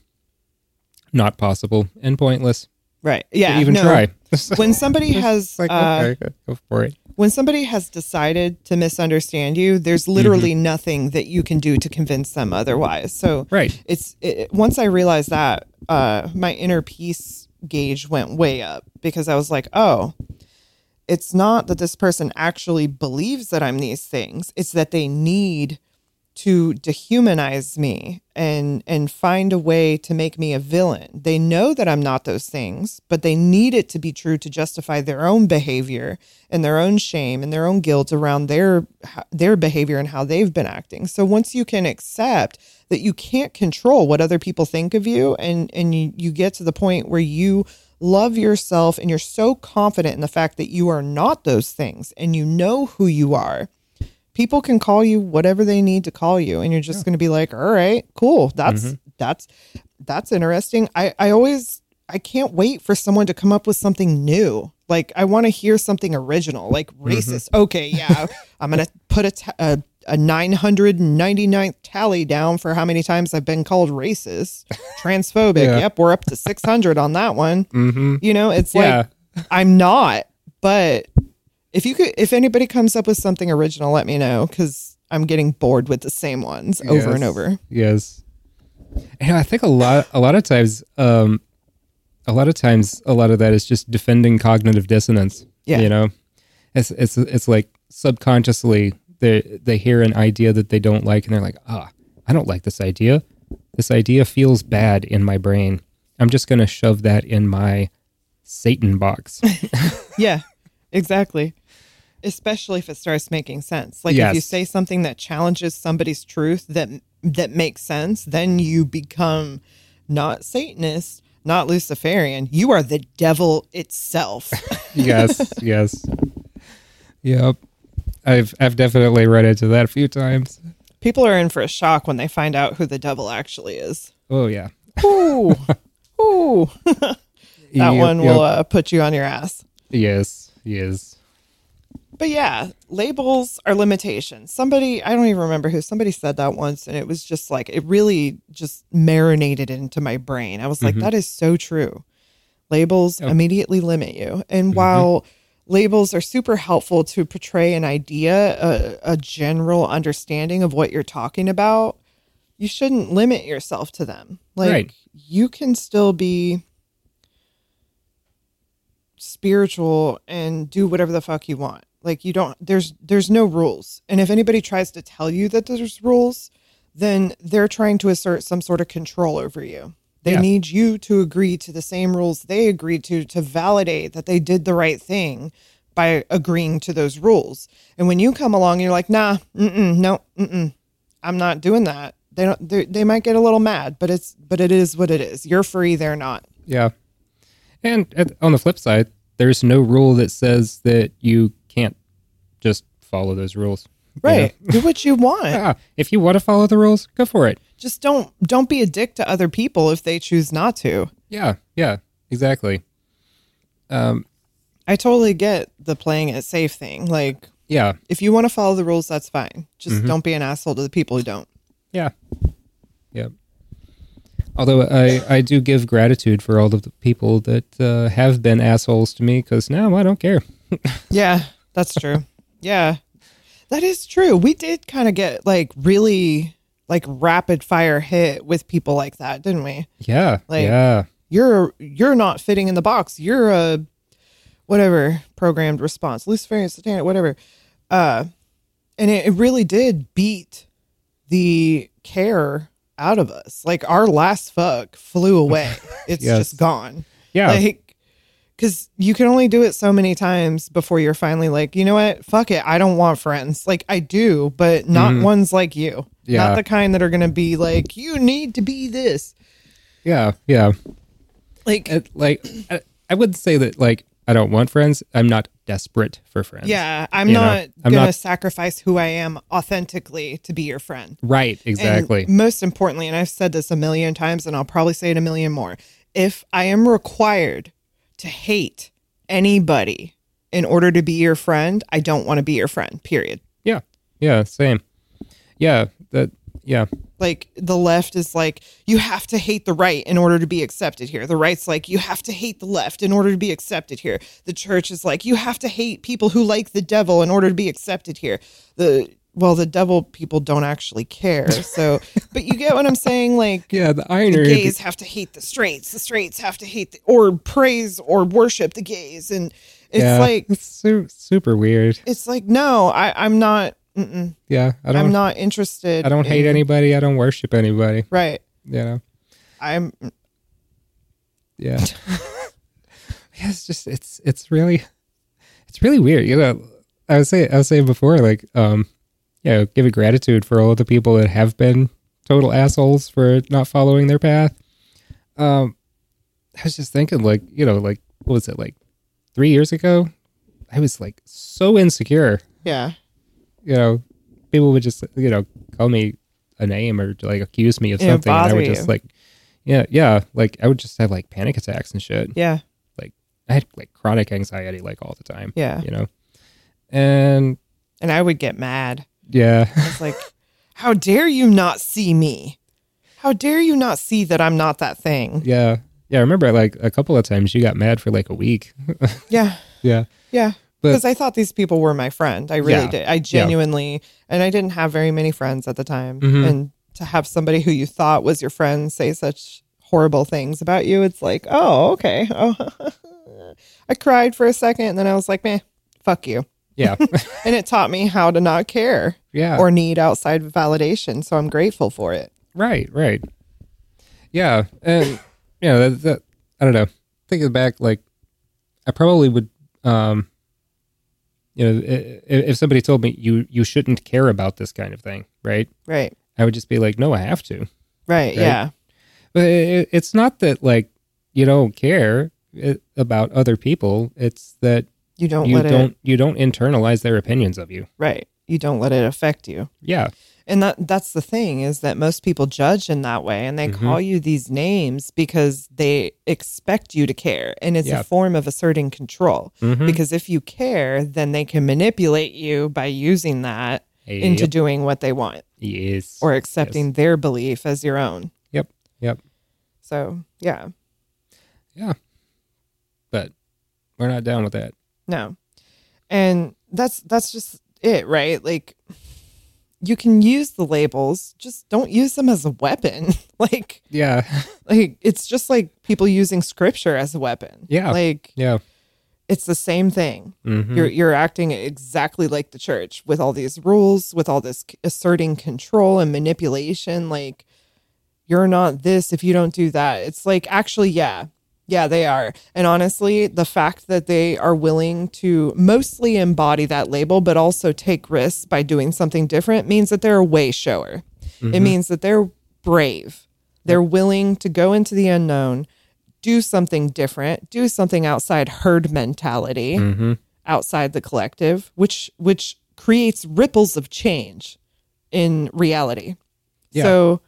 not possible and pointless Right. Yeah. to even no. try. It's (laughs) When somebody has like, uh, okay, go for it. when somebody has decided to misunderstand you, there's literally Mm-hmm. nothing that you can do to convince them otherwise. So Right. it's it, once I realized that, uh, my inner peace gauge went way up because I was like, oh, it's not that this person actually believes that I'm these things. It's that they need to dehumanize me and and find a way to make me a villain. They know that I'm not those things, but they need it to be true to justify their own behavior and their own shame and their own guilt around their their behavior and how they've been acting. So once you can accept that you can't control what other people think of you and and you, you get to the point where you love yourself and you're so confident in the fact that you are not those things and you know who you are people can call you whatever they need to call you and you're just yeah. going to be like all right cool that's mm-hmm. that's that's interesting i i always i can't wait for someone to come up with something new like i want to hear something original like racist mm-hmm. okay yeah (laughs) i'm going to put a, t- a a 999th tally down for how many times I've been called (laughs) racist, transphobic. yeah. Yep, we're up to 600 on that one. Mm-hmm. You know, it's yeah. like I'm not, but if you could, if anybody comes up with something original, let me know because I'm getting bored with the same ones yes. over and over. Yes, and I think a lot, a lot of times, um, a lot of times, a lot of that is just defending cognitive dissonance. Yeah, you know, it's it's it's like subconsciously they they hear an idea that they don't like and they're like, ah, I don't like this idea. This idea feels bad in my brain. I'm just gonna shove that in my Satan (laughs) box. yeah, exactly. Especially if it starts making sense. Like yes. if you say something that challenges somebody's truth that that makes sense, then you become not Satanist, not Luciferian. You are the devil itself. (laughs) yes, yes. Yep. I've I've definitely run into that a few times. People are in for a shock when they find out who the devil actually is. Oh yeah. Ooh, (laughs) ooh. that yep, one will yep. uh, put you on your ass. Yes, yes. But yeah, labels are limitations. Somebody I don't even remember who somebody said that once, and it was just like it really just marinated into my brain. I was mm-hmm. like, that is so true. Labels oh. immediately limit you, and mm-hmm. while labels are super helpful to portray an idea, a, a, general understanding of what you're talking about. You shouldn't limit yourself to them. Like right. you can still be spiritual and do whatever the fuck you want. Like you don't there's there's no rules. And if anybody tries to tell you that there's rules, then they're trying to assert some sort of control over you. They yeah. need you to agree to the same rules they agreed to to validate that they did the right thing by agreeing to those rules. And when you come along, you're like, nah, mm-mm, no, mm-mm, I'm not doing that. They don't. They might get a little mad, but it's but it is what it is. You're free. They're not. Yeah. And at, on the flip side, there's no rule that says that you can't just follow those rules. Right. You know? Do what you want. Yeah. If you want to follow the rules, go for it just don't don't be a dick to other people if they choose not to. Yeah, yeah, exactly. Um, I totally get the playing it safe thing. Like, yeah, if you want to follow the rules, that's fine. Just mm-hmm. don't be an asshole to the people who don't. Yeah, yeah. Although I I do give gratitude for all of the people that uh, have been assholes to me because now I don't care. yeah, that's true. yeah, that is true. We did kind of get like really like rapid fire hit with people like that, didn't we? Yeah. Like yeah. you're you're not fitting in the box. You're a whatever programmed response, Luciferian satanic, whatever. Uh and it, it really did beat the care out of us. Like our last fuck flew away. It's yes. just gone. Yeah. Like because you can only do it so many times before you're finally like, you know what? Fuck it. I don't want friends. Like, I do, but not mm. ones like you. Yeah. Not the kind that are going to be like, you need to be this. Yeah. Yeah. Like, it, uh, like I, I wouldn't say that, like, I don't want friends. I'm not desperate for friends. Yeah. I'm you not going to sacrifice who I am authentically to be your friend. Right. Exactly. And most importantly, and I've said this a million times and I'll probably say it a million more. If I am required to hate anybody in order to be your friend, I don't want to be your friend. Period. Yeah. Yeah, same. Yeah, that yeah. Like the left is like you have to hate the right in order to be accepted here. The right's like you have to hate the left in order to be accepted here. The church is like you have to hate people who like the devil in order to be accepted here. The well, the devil people don't actually care. (laughs) So, but you get what I'm saying? Like, yeah, the irony. The gays have to hate the straights. The straights have to hate the, or praise or worship the gays, and It's yeah, like it's su- super weird. it's like no, I I'm not. Mm-mm, Yeah, I I'm don't. not interested. I don't hate in- anybody. I don't worship anybody. Right. You know. I'm. Yeah. (laughs) (laughs) yeah. It's just it's it's really it's really weird. You know, I was saying I was saying before like um you know give a gratitude for all the people that have been total assholes for not following their path. Um, I was just thinking like you know like what was it like three years ago? I was like so insecure Yeah. you know, people would just you know call me a name or like accuse me of Yeah, something, and I bother would just you. like, yeah, yeah, like I would just have like panic attacks and shit. Yeah. I had like chronic anxiety like all the time, Yeah. you know, and And I would get mad. yeah, (laughs) It's like, (laughs) how dare you not see me? How dare you not see that I'm not that thing? yeah, yeah. I remember like a couple of times you got mad for like a week. Yeah. yeah, Yeah. But- Because I thought these people were my friend. I really Yeah. did. I genuinely, and I didn't have very many friends at the time. Mhm. And to have somebody who you thought was your friend say such horrible things about you, it's like, oh, okay. (laughs) Oh, I cried for a second and then I was like, meh, fuck you. (laughs) (laughs) yeah, And it taught me how to not care yeah. or need outside validation. So I'm grateful for it. Right, right. Yeah, and you know that, that I don't know. Thinking back, like I probably would, um, you know, if, if somebody told me you you shouldn't care about this kind of thing, right? Right. I would just be like, no, I have to. Right. Yeah. But it, it's not that like you don't care eh, about other people. It's that You don't you let don't it. you don't internalize their opinions of you. Right. You don't let it affect you. Yeah, And that that's the thing is that most people judge in that way and they Mhm. call you these names because they expect you to care and it's Yeah. a form of asserting control mm-hmm. because if you care then they can manipulate you by using that into doing what they want yes. or accepting their belief as your own. Yep. Yep. So, yeah. We're not down with that. No. And that's that's just it, right? Like you can use the labels, just don't use them as a weapon. (laughs) like Yeah, (laughs) like it's just like people using scripture as a weapon. Yeah. Like yeah. it's the same thing. Mm-hmm. You're you're acting exactly like the church with all these rules, with all this c- asserting control and manipulation like you're not this if you don't do that. It's like actually yeah. Yeah, they are. And honestly, the fact that they are willing to mostly embody that label but also take risks by doing something different means that they're a way shower. It means that they're brave. They're willing to go into the unknown, do something different, do something outside herd mentality, Mm-hmm. outside the collective, which which creates ripples of change in reality. Yeah. So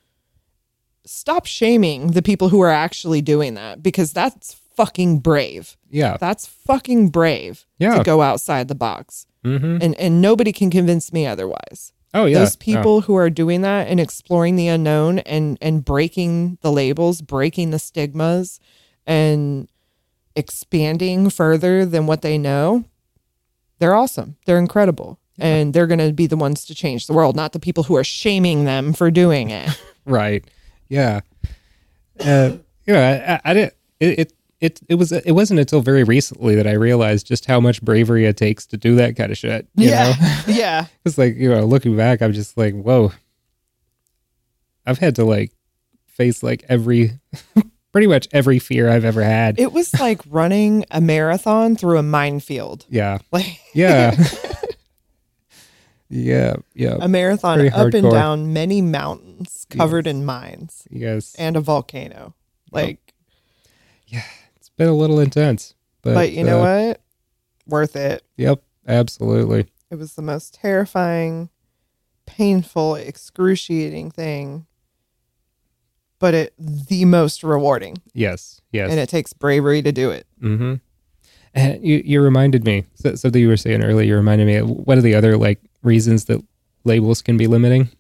stop shaming the people who are actually doing that because that's fucking brave. Yeah. That's fucking brave Yeah. to go outside the box. Mm-hmm. And and nobody can convince me otherwise Oh yeah. those No. people who are doing that and exploring the unknown and and breaking the labels breaking the stigmas and expanding further than what they know they're awesome they're incredible and they're going to be the ones to change the world not the people who are shaming them for doing it Right. Yeah. Uh, you know, I, I, I didn't. It, it it it was it wasn't until very recently that I realized just how much bravery it takes to do that kind of shit. (laughs) You yeah Know? yeah It's like you know, looking back, I'm just like, whoa. I've had to like face like every, (laughs) pretty much every fear I've ever had. it was like running a marathon through a minefield (laughs) yeah. like (laughs) Yeah. yeah. Yeah. a marathon Pretty up and hardcore. down many mountains covered in mines yes. and a volcano like It's been a little intense, but but you know uh, what? Worth it. Yep. Absolutely. It was the most terrifying, painful, excruciating thing, but it the most rewarding, Yes. Yes. and it takes bravery to do it. Mm-hmm. And you, you reminded me so- something you were saying earlier. You reminded me of one of the other like reasons that labels can be limiting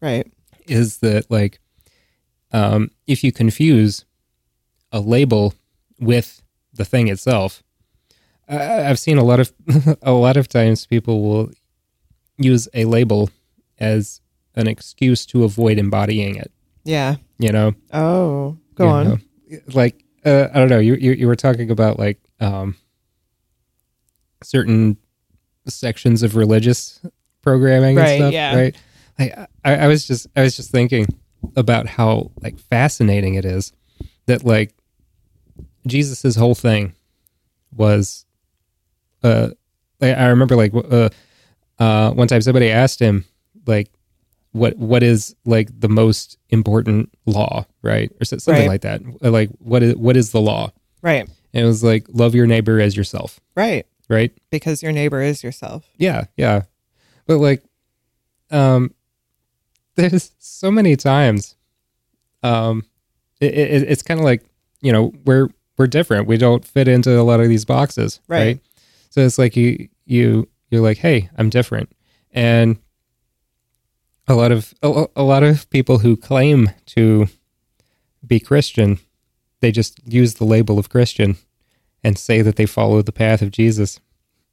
Right? is that like um, if you confuse a label with the thing itself, I, I've seen a lot of (laughs) a lot of times people will use a label as an excuse to avoid embodying it. Yeah. You know, Oh, go you on. know? like uh, I don't know. You, you you were talking about like um, certain sections of religious programming Right, and stuff, yeah. right? I, I I was just I was just thinking about how like fascinating it is that like Jesus's whole thing was uh I, I remember like uh uh one time somebody asked him like what what is like the most important law, right? Or so- something Right. like that. Like what is what is the law? Right. And it was like love your neighbor as yourself, Right. right? Because your neighbor is yourself. Yeah, yeah. But like um (laughs) there's so many times um it, it, it's kind of like, you know, we're we're different. We don't fit into a lot of these boxes, right? Right. So it's like you you you're like, "Hey, I'm different." And a lot of a, a lot of people who claim to be Christian, they just use the label of Christian and say that they follow the path of Jesus.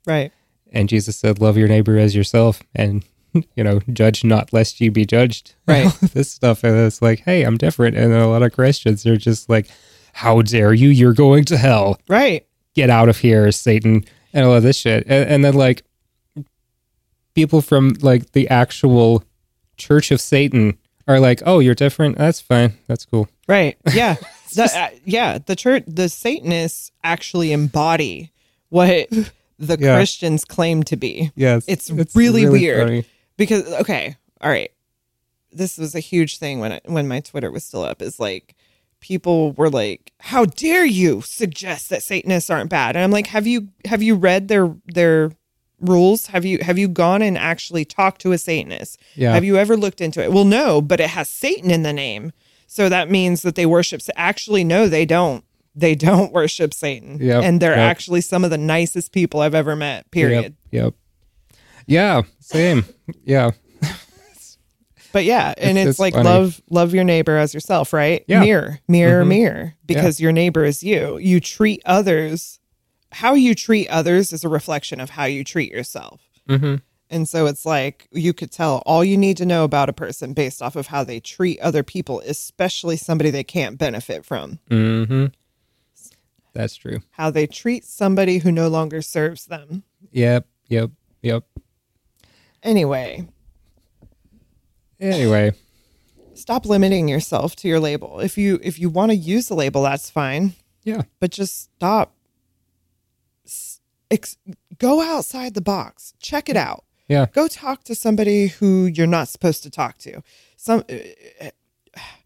Right. And Jesus said, "Love your neighbor as yourself," and (laughs) you know, judge not lest you be judged. (laughs) Right. All this stuff, and it's like, hey, I'm different. And a lot of Christians are just like, "How dare you? You're going to hell. Right. Get out of here, Satan!" And all of this shit. And, and then like people from like the actual Church of Satan are like, "Oh, you're different. That's fine. That's cool." Right. (laughs) Yeah. the, uh, yeah. The church, the Satanists actually embody what (laughs) the Yeah. Christians claim to be. Yes, It's really weird. Because okay, all right. This was a huge thing when it, when my Twitter was still up. Is like people were like, "How dare you suggest that Satanists aren't bad?" And I'm like, "Have you have you read their their rules? Have you have you gone and actually talked to a Satanist? Yeah. Have you ever looked into it? Well, no, but it has Satan in the name, so that means that they worship. Sa- Actually, no, they don't. They don't (laughs) worship Satan, Yep, and they're yep. actually some of the nicest people I've ever met. Period. Yep. yep. Yeah. Same. Yeah. But yeah, and It's- it's, it's like funny. love love your neighbor as yourself, right? Yeah. Mm-hmm. Mirror, mirror, mirror, because your neighbor is you. You treat others how you treat others is a reflection of how you treat yourself. Mm-hmm. And so it's like you could tell all you need to know about a person based off of how they treat other people, especially somebody they can't benefit from. Mm-hmm. That's true. How they treat somebody who no longer serves them. Yep. Yep. Yep. Anyway, Anyway, stop limiting yourself to your label. If you if you want to use the label, that's fine. yeah. but just stop. S- Ex- go outside the box. Check it out. Yeah. Go talk to somebody who you're not supposed to talk to. Some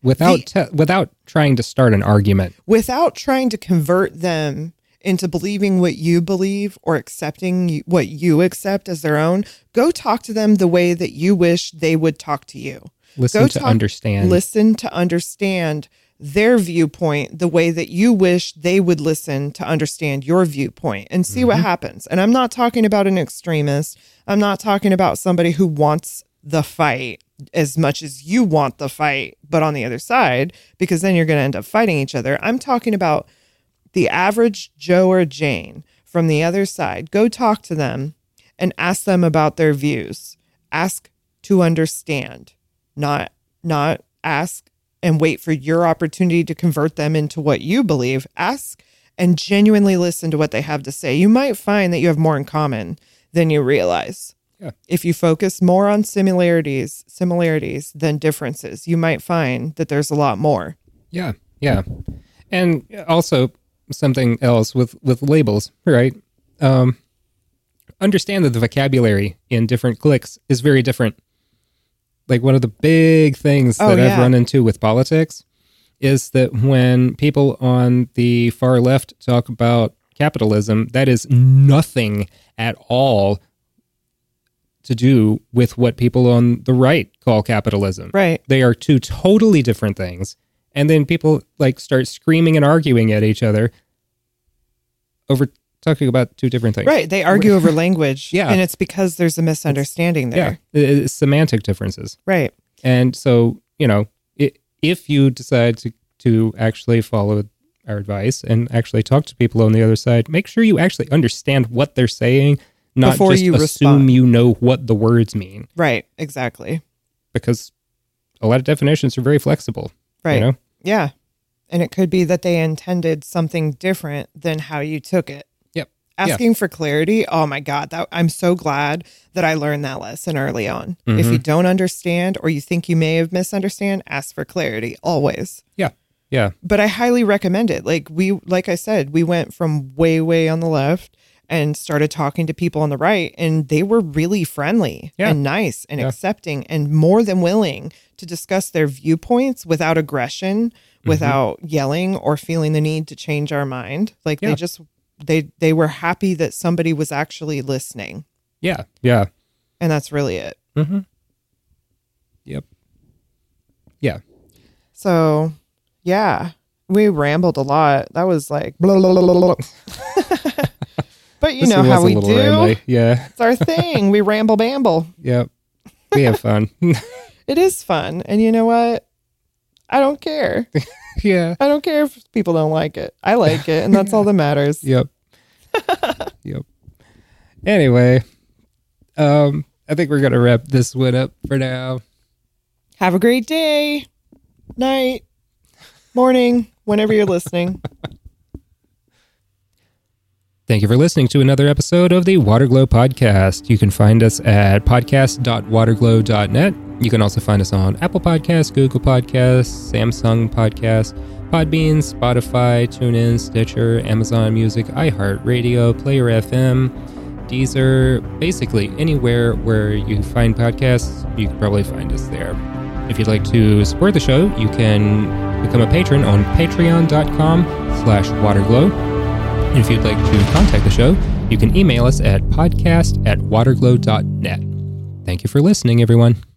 Without The- te- without trying to start an argument. without trying to convert them into believing what you believe or accepting y- what you accept as their own. Go talk to them the way that you wish they would talk to you. Listen Go to talk- understand. Listen to understand their viewpoint the way that you wish they would listen to understand your viewpoint and see what happens. And I'm not talking about an extremist. I'm not talking about somebody who wants the fight as much as you want the fight, but on the other side, because then you're going to end up fighting each other. I'm talking about the average Joe or Jane from the other side, go talk to them and ask them about their views. Ask to understand, not not ask and wait for your opportunity to convert them into what you believe. Ask and genuinely listen to what they have to say. You might find that you have more in common than you realize. Yeah. If you focus more on similarities, similarities than differences, you might find that there's a lot more. Yeah. Yeah. And also something else with with labels, right? Um understand that the vocabulary in different cliques is very different. Like one of the big things Oh, that I've yeah. run into with politics is that when people on the far left talk about capitalism, that is nothing at all to do with what people on the right call capitalism Right. they are two totally different things and then people like start screaming and arguing at each other over talking about two different things Right. They argue over language. Yeah. And it's because there's a misunderstanding yeah there. It- it's semantic differences Right. and so you know i if you decide to to actually follow our advice and actually talk to people on the other side make sure you actually understand what they're saying not Before just you assume respond. you know what the words mean Right. Exactly. because a lot of definitions are very flexible Right. you know Yeah. And it could be that they intended something different than how you took it. Yep. asking for clarity oh my god that i'm so glad that i learned that lesson early on if you don't understand or you think you may have misunderstand ask for clarity always Yeah. Yeah. but i highly recommend it like we like i said we went from way way on the left and started talking to people on the right and they were really friendly Yeah. and nice and accepting and more than willing to discuss their viewpoints without aggression Mm-hmm. without yelling or feeling the need to change our mind like Yeah. they just they they were happy that somebody was actually listening Yeah. Yeah. and that's really it Yep. Yeah. so yeah we rambled a lot that was like blah, blah, blah, blah, blah. but you This know was how a we little do rambly. Yeah. It's our thing. we ramble bamble. Yep. We have (laughs) fun. (laughs) It is fun. And you know what? I don't care. yeah. I don't care if people don't like it. I like it. And that's all that matters. Yep. yep. Anyway, um, I think we're gonna wrap this one up for now. Have a great day, night, morning, whenever you're listening. Thank you for listening to another episode of the Waterglow Podcast. You can find us at podcast.waterglow.net. You can also find us on Apple Podcasts, Google Podcasts, Samsung Podcasts, Podbean, Spotify, TuneIn, Stitcher, Amazon Music, iHeartRadio, Player FM, Deezer, basically anywhere where you find podcasts, you can probably find us there. If you'd like to support the show, you can become a patron on patreon.com slash waterglow. And if you'd like to contact the show, you can email us at podcast at waterglow.net. Thank you for listening, everyone.